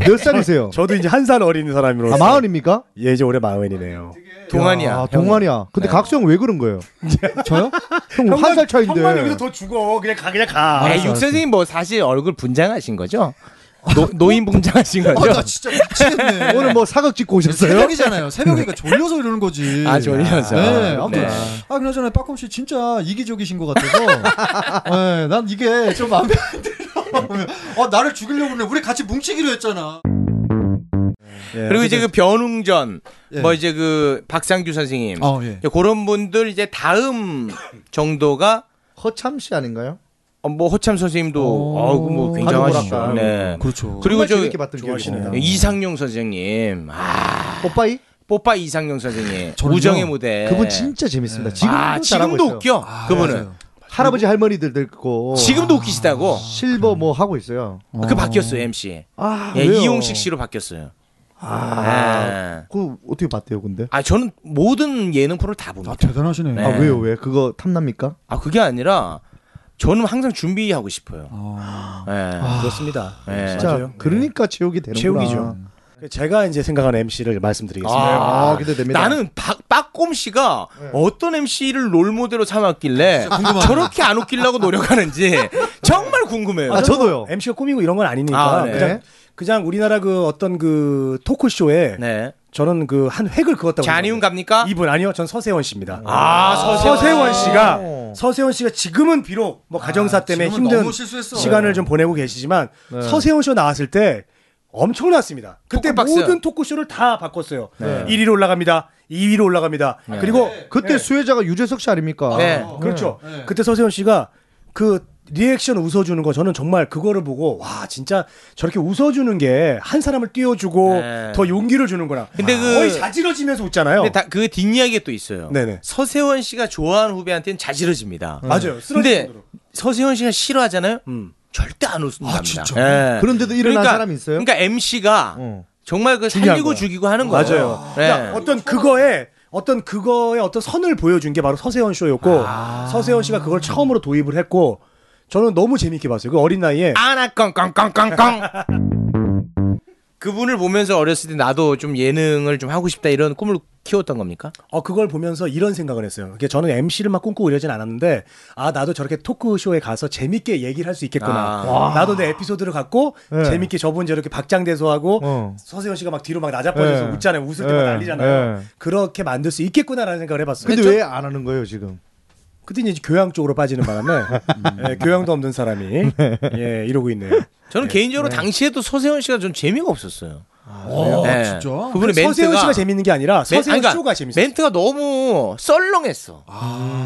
Speaker 5: 몇 살이세요?
Speaker 3: 저도 이제 한 살 어린 사람으로서
Speaker 5: 예. 아 마흔입니까?
Speaker 3: 예, 이제 올해 마흔이네요.
Speaker 2: 동안이야.
Speaker 5: 아, 동안이야. 근데 각수 형 왜 그런 거예요?
Speaker 4: 저요?
Speaker 5: 형 한 살 차인데.
Speaker 3: 형만 여기서 더 죽어. 그냥 가 그냥 가.
Speaker 2: 아, 육 선생님 뭐 사실 얼굴 분장하신 거죠? 노, 노인 분장하신 거죠?
Speaker 4: 어, 아나 진짜 미치겠네.
Speaker 5: 오늘 뭐 사극 찍고 오셨어요?
Speaker 4: 새벽이잖아요. 새벽이니까 졸려서 이러는 거지.
Speaker 2: 아, 졸려서.
Speaker 4: 네. 아무튼
Speaker 2: 네.
Speaker 4: 아 그나저나 빠꼼 씨 진짜 이기적이신 것
Speaker 5: 어.
Speaker 4: 같아서. 네. 난 이게 좀 마음에 안 들어. 어 나를 죽이려고 그래. 우리 같이 뭉치기로 했잖아.
Speaker 2: 그리고 이제 그 변웅전
Speaker 4: 예.
Speaker 2: 뭐 이제 그 박상규 선생님
Speaker 4: 어 예.
Speaker 2: 이제 그런 분들 이제 다음 정도가
Speaker 5: 허참 씨 아닌가요?
Speaker 2: 어, 뭐 호참 선생님도
Speaker 4: 어,
Speaker 2: 아그 뭐 굉장하시죠.
Speaker 5: 아주
Speaker 2: 네.
Speaker 4: 그렇죠.
Speaker 2: 그리고
Speaker 5: 정말
Speaker 2: 저
Speaker 5: 재밌게 봤던 기억이
Speaker 3: 좋아하시네요.
Speaker 5: 나요.
Speaker 2: 이상용 선생님, 아
Speaker 5: 오빠이
Speaker 2: 뽀빠 이상용 선생님,
Speaker 4: 저는요,
Speaker 2: 우정의 무대.
Speaker 5: 그분 진짜 재밌습니다. 지금도
Speaker 2: 네. 아,
Speaker 5: 잘하고
Speaker 2: 지금도
Speaker 5: 있어요. 어.
Speaker 2: 웃겨.
Speaker 4: 아,
Speaker 2: 그분은
Speaker 4: 맞아요.
Speaker 5: 할아버지 할머니들 듣고
Speaker 2: 지금도 웃기시다고.
Speaker 5: 실버 뭐 하고 있어요.
Speaker 2: 그 바뀌었어요 MC.
Speaker 5: 아
Speaker 2: 예,
Speaker 5: 왜요?
Speaker 2: 이용식 씨로 바뀌었어요. 아.
Speaker 5: 그 어떻게 봤대요, 근데?
Speaker 2: 아 저는 모든 예능 프로를 다
Speaker 4: 아
Speaker 2: 봅니다.
Speaker 4: 대단하시네.
Speaker 2: 네.
Speaker 5: 아 왜요, 왜? 그거 탐납니까?
Speaker 2: 아 그게 아니라 저는 항상 준비하고 싶어요. 예.
Speaker 5: 아,
Speaker 3: 그렇습니다.
Speaker 2: 예.
Speaker 5: 진짜
Speaker 3: 아, 네. 맞아요.
Speaker 5: 그러니까 체육이 되는구나.
Speaker 3: 최욱이죠. 그 제가 이제 생각하는 MC를 말씀드리겠습니다.
Speaker 5: 아, 기대됩니다. 네.
Speaker 2: 나는 박, 빠꼼 씨가 어떤 MC를 롤모델로 삼았길래
Speaker 4: 궁금하다.
Speaker 5: <laughs>
Speaker 2: 저렇게 안 웃기려고 노력하는지 정말 궁금해요.
Speaker 5: 아, 저도요.
Speaker 3: MC가 꾸미고 이런 건 아니니까
Speaker 2: 아, 네.
Speaker 3: 그냥 그냥 우리나라 그 어떤 그 토크 쇼에
Speaker 2: 네.
Speaker 3: 저는 그 한 획을 그었다고
Speaker 2: 잔이훈
Speaker 3: 생각합니다.
Speaker 2: 갑니까?
Speaker 3: 이분 아니요, 전 서세원 씨입니다.
Speaker 2: 아, 서세원.
Speaker 3: 서세원 씨가 서세원 씨가 지금은 비록 뭐 가정사 때문에
Speaker 4: 아, 지금은
Speaker 3: 힘든
Speaker 4: 너무 실수했어.
Speaker 2: 네.
Speaker 3: 시간을 좀 보내고 계시지만 서세원 쇼 나왔을 때 엄청났습니다. 그때
Speaker 2: 토크박스.
Speaker 3: 모든 토크쇼를 다 바꿨어요. 1위로 올라갑니다. 2위로 올라갑니다. 그리고
Speaker 5: 그때 수혜자가 유재석 씨 아닙니까?
Speaker 2: 네.
Speaker 3: 그렇죠. 그때 서세현 씨가 그 리액션 웃어주는 거 저는 정말 그거를 보고 와 진짜 저렇게 웃어주는 게 한 사람을 띄워주고
Speaker 2: 네.
Speaker 3: 더 용기를 주는구나. 아,
Speaker 2: 근데 그-
Speaker 3: 거의 자지러지면서 웃잖아요.
Speaker 2: 근데 다, 그 뒷이야기가 또 있어요.
Speaker 3: 네네.
Speaker 2: 서세원 씨가 좋아하는 후배한테는 자지러집니다. 음.
Speaker 3: 맞아요. 쓰러질
Speaker 2: 근데
Speaker 3: 정도로.
Speaker 2: 서세원 씨가 싫어하잖아요.
Speaker 3: 음.
Speaker 2: 절대 안 웃습니다. 아,
Speaker 4: 진짜?
Speaker 5: 그런데도 일어난 사람이 있어요?
Speaker 2: 그러니까 MC가
Speaker 5: 어.
Speaker 2: 정말 그
Speaker 5: 중요한
Speaker 2: 살리고
Speaker 5: 거야.
Speaker 2: 죽이고 하는 거예요.
Speaker 3: 맞아요.
Speaker 2: 네.
Speaker 3: 그러니까 어떤 그거에 어떤 그거에 어떤 선을 보여준 게 바로 서세원 쇼였고
Speaker 2: 아.
Speaker 3: 서세원 씨가 그걸 처음으로 도입을 했고 저는 너무 재밌게 봤어요. 그 어린 나이에
Speaker 2: 아나 깡깡깡깡깡. 그분을 보면서 어렸을 때 나도 좀 예능을 좀 하고 싶다 이런 꿈을 키웠던 겁니까?
Speaker 3: 어, 그걸 보면서 이런 생각을 했어요. 그게 저는 MC를 막 꿈꾸고 이러진 않았는데, 아, 나도 저렇게 토크쇼에 가서 재밌게 얘기를 할 수 있겠구나.
Speaker 2: 아.
Speaker 3: 나도 내 에피소드를 갖고,
Speaker 5: 네.
Speaker 3: 재밌게 저분 저렇게 박장대소하고,
Speaker 5: 어.
Speaker 3: 서세현 씨가 막 뒤로 막 낮아빠져서
Speaker 5: 네.
Speaker 3: 웃잖아요. 웃을 때 막
Speaker 5: 네.
Speaker 3: 난리잖아요.
Speaker 5: 네.
Speaker 3: 그렇게 만들 수 있겠구나라는 생각을 해봤어요.
Speaker 5: 근데 왜 안 하는 거예요 지금?
Speaker 3: 그때 이제 교양 쪽으로 빠지는 바람에, 예, 교양도 없는 사람이, 예, 이러고 있네요.
Speaker 2: 저는 개인적으로 당시에도 서세원 씨가 좀 재미가 없었어요.
Speaker 4: 어,
Speaker 2: 네.
Speaker 4: 진짜.
Speaker 2: 그분의 멘트가
Speaker 3: 서세현 씨가 재밌는 게 아니라,
Speaker 2: 멘-
Speaker 3: 서세현
Speaker 2: 아니, 그러니까
Speaker 3: 쇼가 재밌어요.
Speaker 2: 멘트가 너무 썰렁했어.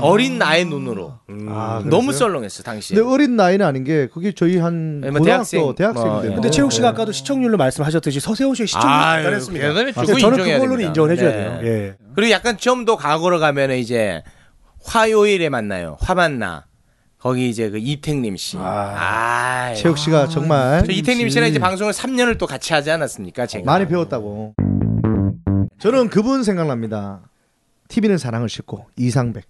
Speaker 2: 어린 나의 눈으로 음.
Speaker 5: 아,
Speaker 2: 너무
Speaker 5: 그랬어요?
Speaker 2: 썰렁했어 당시에.
Speaker 5: 근데 어린 나이는 아닌 게 그게 저희 한
Speaker 2: 네, 뭐 대학생.
Speaker 5: 고등학교 대학생 때.
Speaker 2: 뭐,
Speaker 3: 근데 최욱
Speaker 5: 어.
Speaker 3: 씨가 아까도 시청률로 말씀하셨듯이 서세훈 씨의 시청률이
Speaker 2: 아유,
Speaker 3: 대단했습니다.
Speaker 2: 대단히
Speaker 3: 그래서
Speaker 2: 주고
Speaker 3: 저는
Speaker 2: 인정해야
Speaker 3: 그걸로는
Speaker 2: 됩니다.
Speaker 3: 인정을 해줘야 돼요.
Speaker 2: 네.
Speaker 3: 예.
Speaker 2: 그리고 약간 좀 더 과거로 가면 은 이제 화요일에 만나요. 화 만나. 거기 이제 그 이택림 씨. 아, 유
Speaker 5: 네. 최욱 씨가 정말
Speaker 2: 저 이택림 네. 씨랑 이제 방송을 3년을 또 같이 하지 않았습니까? 제가.
Speaker 5: 많이 배웠다고. 저는 그분 생각납니다. TV는 사랑을 싣고 이상백.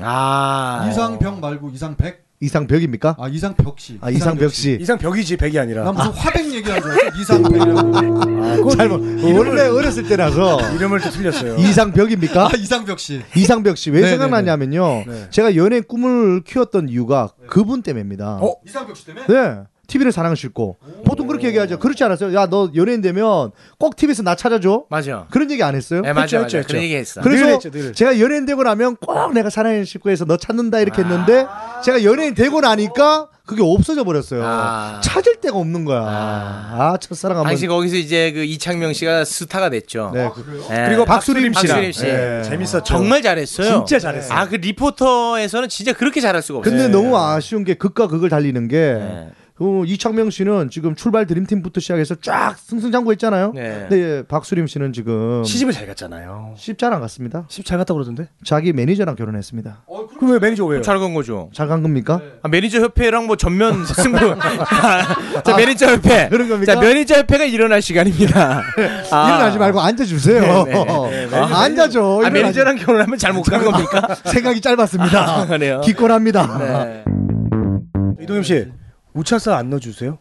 Speaker 2: 아.
Speaker 4: 이상병 말고 이상백?
Speaker 5: 이상벽입니까?
Speaker 4: 아, 이상벽 씨.
Speaker 5: 아 이상벽 씨.
Speaker 3: 이상 벽이지 백이
Speaker 4: 나
Speaker 3: 아니라 아,
Speaker 4: 무슨 화백 얘기하는 줄 알았어. 이상백이라고.
Speaker 5: 잘못. 원래 어렸을 때라서
Speaker 3: 이름을 또 틀렸어요.
Speaker 5: 이상벽입니까?
Speaker 4: 아, 이상벽 씨.
Speaker 5: 이상벽 씨 왜
Speaker 4: 네,
Speaker 5: 생각나냐면요. 제가 연예 꿈을 키웠던 이유가 그분 때문입니다.
Speaker 3: 어?
Speaker 4: 이상벽 씨 때문에?
Speaker 5: 네. TV는 사랑을 싣고 보통 그렇게 얘기하죠. 그렇지 않았어요? 야 너 연예인 되면 꼭 TV에서 나 찾아줘.
Speaker 2: 맞아.
Speaker 5: 그런 얘기 안 했어요?
Speaker 2: 네, 맞아,
Speaker 3: 했죠,
Speaker 2: 맞아.
Speaker 3: 했죠,
Speaker 2: 그런
Speaker 3: 했죠.
Speaker 2: 얘기 했어.
Speaker 5: 그래서
Speaker 3: 늘 했죠, 늘.
Speaker 5: 제가 연예인 되고 나면 꼭 내가 사랑을 싣고 해서 너 찾는다 이렇게 했는데 제가 연예인 되고 나니까 그게 없어져 버렸어요.
Speaker 2: 아.
Speaker 5: 찾을 데가 없는 거야. 아, 첫사랑 한번.
Speaker 2: 당시 거기서 이제 그 이창명 씨가 스타가 됐죠.
Speaker 5: 네.
Speaker 2: 예.
Speaker 3: 그리고 박수림
Speaker 5: 박수림
Speaker 3: 씨랑
Speaker 2: 박수림 씨.
Speaker 5: 예.
Speaker 3: 재밌었죠.
Speaker 2: 정말 잘했어요.
Speaker 3: 진짜 잘했어요.
Speaker 2: 아, 그 리포터에서는 진짜 그렇게 잘할 수가 없어요.
Speaker 5: 근데 너무 아쉬운 게 극과 극을 달리는 게
Speaker 2: 네.
Speaker 5: 어, 이창명 씨는 지금 출발 드림팀부터 시작해서 쫙 승승장구했잖아요.
Speaker 2: 네.
Speaker 5: 근데 예, 박수림 씨는 지금
Speaker 3: 시집을 잘 갔잖아요.
Speaker 5: 쉽잘 안 갔습니다.
Speaker 3: 시집 잘 갔다 그러던데?
Speaker 5: 자기 매니저랑 결혼했습니다.
Speaker 2: 어?
Speaker 3: 그럼 왜 매니저 왜요?
Speaker 2: 잘간 거죠.
Speaker 5: 잘 간 겁니까?
Speaker 2: 아, 매니저 협회랑 뭐 전면 승부. 아, 자, 매니저 협회.
Speaker 5: 그런 겁니까?
Speaker 2: 자, 매니저 협회가 일어날 시간입니다. 아.
Speaker 5: 일어나지 말고 앉아주세요.
Speaker 2: 네, 네, 네.
Speaker 5: 아, 앉아죠.
Speaker 2: 아,
Speaker 5: 일어나지
Speaker 2: 매니저랑 결혼하면 잘 못 가는 겁니까?
Speaker 5: 생각이 짧았습니다.
Speaker 2: <laughs> 아, 그래요?
Speaker 5: 기권합니다. 아,
Speaker 2: 네.
Speaker 3: 이동엽 씨 우차사 안 넣어주세요?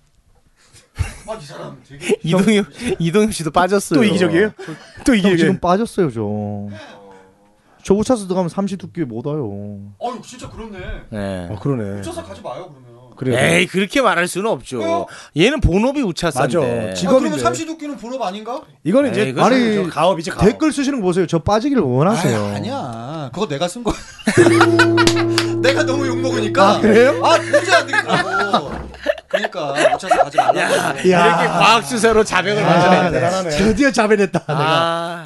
Speaker 2: 이동엽 이동엽 씨도 빠졌어요.
Speaker 3: 또 이기적이에요? 또
Speaker 5: 형
Speaker 2: 네.
Speaker 3: 이기적이에요?
Speaker 5: 지금 빠졌어요, 저. 저 우차수 들어가면 삼시 두께 못 와요.
Speaker 4: 아유, 진짜 그렇네.
Speaker 2: 네.
Speaker 3: 어 그러네.
Speaker 4: 쫓아 가지 마요, 그러면.
Speaker 3: 그래.
Speaker 2: 에이 그렇게 말할 수는 없죠. 얘는 본업이 우차사인데.
Speaker 3: 맞아.
Speaker 4: 아,
Speaker 3: 지금-
Speaker 4: 그러면
Speaker 3: 직업인데.
Speaker 4: 삼시두끼는 본업 아닌가?
Speaker 3: 이거는
Speaker 2: 에이,
Speaker 3: 네, 이제
Speaker 2: 그건
Speaker 5: 아니,
Speaker 3: 저 가업이지 가업.
Speaker 5: 댓글 쓰시는 거 보세요. 저 빠지기를 원하세요.
Speaker 4: 아이, 아니야. 그거 내가 쓴 거야. <laughs> 내가 너무 욕 먹으니까.
Speaker 5: 아, 그래요?
Speaker 4: 아, 도저히 안 되겠더라고. 그러니까 우차사 가지 말라.
Speaker 2: 이렇게 과학 수사로 자백을
Speaker 5: 아,
Speaker 3: 네.
Speaker 2: 만들어야 돼.
Speaker 5: 드디어 자백했다.
Speaker 2: 아,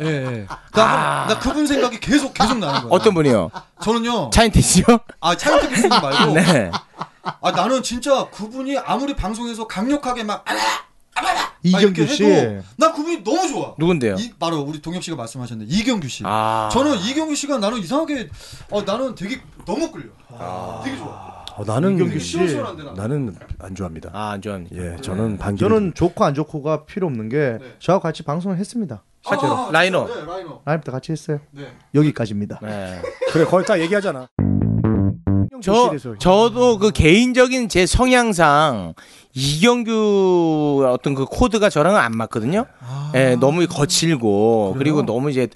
Speaker 4: 예. 예. 나, 나 그분 생각이 계속 계속 나는 거야.
Speaker 2: 어떤 분이요?
Speaker 4: 저는요.
Speaker 2: 차인태씨요? <laughs>
Speaker 4: 아, 차영택 교수님 말고.
Speaker 2: 네.
Speaker 4: 아, 나는 진짜 그분이 아무리 방송에서 강력하게 막 아라 아라
Speaker 2: 그
Speaker 5: 이경규 씨.
Speaker 4: 나 그분이 너무 좋아.
Speaker 2: 누군데요?
Speaker 4: 이, 바로 우리 동엽 씨가 말씀하셨는데 이경규 씨.
Speaker 2: 아.
Speaker 4: 저는 이경규 씨가 나는 이상하게 어, 나는 되게 너무 끌려. 되게 좋아.
Speaker 3: 어, 나는
Speaker 4: 이경규 씨. 시원시원한데, 나는.
Speaker 3: 나는 안 좋아합니다.
Speaker 2: 아, 안 좋아합니다.
Speaker 3: 예, 저는 반기.
Speaker 2: 네.
Speaker 5: 저는 좋고 안 좋고가 필요 없는 게
Speaker 4: 네.
Speaker 5: 저하고 같이 방송을 했습니다.
Speaker 2: 실제로.
Speaker 4: 아, 아,
Speaker 2: 라이너.
Speaker 4: 네, 라이너.
Speaker 5: 라이브 때 같이 했어요.
Speaker 4: 네.
Speaker 5: 여기까지입니다.
Speaker 2: 네.
Speaker 3: <laughs> 그래 거의 다 얘기하잖아.
Speaker 2: 저 저도 그 개인적인 제 성향상 이경규 어떤 그 코드가 저랑은 안 맞거든요.
Speaker 3: 아.
Speaker 2: 예, 너무 거칠고 그리고 너무 이제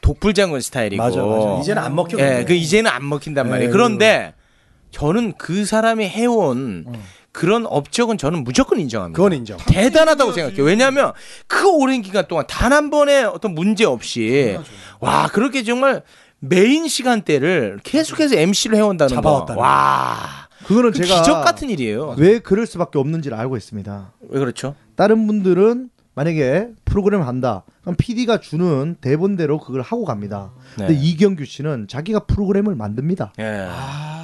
Speaker 2: 독불장군 스타일이고. 그
Speaker 3: 맞아 맞아. 어. 이제는 안 먹혀.
Speaker 2: 예, 그 이제는 안 먹힌단 말이에요.
Speaker 3: 예,
Speaker 2: 그런데 저는 그 사람이 해온
Speaker 3: 어.
Speaker 2: 그런 업적은 저는 무조건 인정합니다.
Speaker 3: 그건 인정.
Speaker 2: 대단하다고 생각해요. 왜냐하면 그 오랜 기간 동안 단 한 번의 어떤 문제 없이 와 그렇게 정말 메인 시간대를 계속해서 MC를 해온다는
Speaker 3: 잡아왔다는
Speaker 2: 거. 와
Speaker 5: 그거는
Speaker 2: 그
Speaker 5: 제가 아,
Speaker 2: 기적 같은 일이에요.
Speaker 5: 왜 그럴 수밖에 없는지를 알고 있습니다.
Speaker 2: 왜 그렇죠?
Speaker 5: 다른 분들은 만약에 프로그램 한다. 그럼 PD가 주는 대본대로 그걸 하고 갑니다.
Speaker 2: 네.
Speaker 5: 근데 이경규 씨는 자기가 프로그램을 만듭니다.
Speaker 2: 예.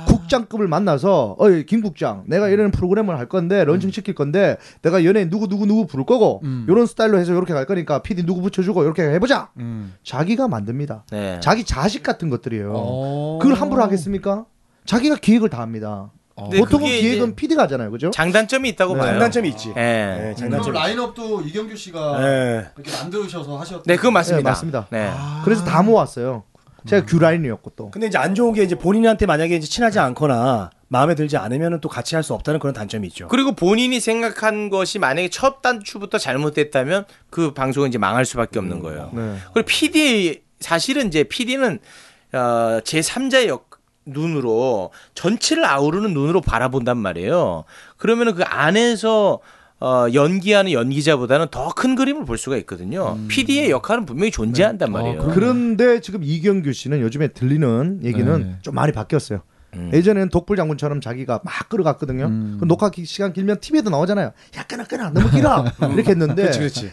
Speaker 5: 국장급을 만나서 어이 김 국장 내가 이런 프로그램을 할 건데
Speaker 2: 음.
Speaker 5: 런칭 시킬 건데 내가 연예인 누구 누구 누구 부를 거고
Speaker 4: 음.
Speaker 5: 요런 스타일로 해서 이렇게 갈 거니까 PD 누구 붙여주고 이렇게 해보자
Speaker 4: 음.
Speaker 5: 자기가 만듭니다
Speaker 2: 네.
Speaker 5: 자기 자식 같은 것들이에요
Speaker 4: 어.
Speaker 5: 그걸 함부로 하겠습니까 자기가 기획을 다 합니다
Speaker 4: 어.
Speaker 2: 네,
Speaker 5: 보통은
Speaker 2: 그게
Speaker 5: 기획은
Speaker 2: 이제-
Speaker 5: PD가 하잖아요 그죠
Speaker 2: 장단점이 있다고
Speaker 5: 네.
Speaker 2: 봐요.
Speaker 3: 장단점이 있지.
Speaker 2: 예.
Speaker 3: 네,
Speaker 4: 그리고
Speaker 3: 장단점이. 있지.
Speaker 4: 라인업도 이경규 씨가
Speaker 3: 예.
Speaker 4: 이렇게 만들으셔서 하셨던.
Speaker 2: 네, 그건 맞습니다.
Speaker 5: 네, 맞습니다.
Speaker 2: 네.
Speaker 5: 그래서 다 모았어요
Speaker 2: 음.
Speaker 5: 제가 규라인이었고 또
Speaker 3: 근데 이제 안 좋은 게 이제 본인한테 만약에 이제 친하지 않거나 마음에 들지 않으면은 또 같이 할 수 없다는 그런 단점이 있죠.
Speaker 2: 그리고 본인이 생각한 것이 만약에 첫 단추부터 잘못됐다면 그 방송은 이제 망할 수밖에 없는 거예요.
Speaker 5: 네.
Speaker 2: 그리고 PD 사실은 이제 PD는 어, 제 3자의 역 눈으로 전체를 아우르는 눈으로 바라본단 말이에요. 그러면은 그 안에서 어, 연기하는 연기자보다는 더 큰 그림을 볼 수가 있거든요. PD의 역할은 분명히 존재한단 말이에요.
Speaker 5: 음. 네. 어, 그런데 지금 이경규 씨는 요즘에 들리는 얘기는
Speaker 4: 네.
Speaker 5: 좀 많이 바뀌었어요. 예전에는 독불 장군처럼 자기가 막 끌어갔거든요. 그 녹화 기- 시간 길면 TV에도 나오잖아요. 야 끊어 끊어 너무 <laughs> 길어 이렇게 했는데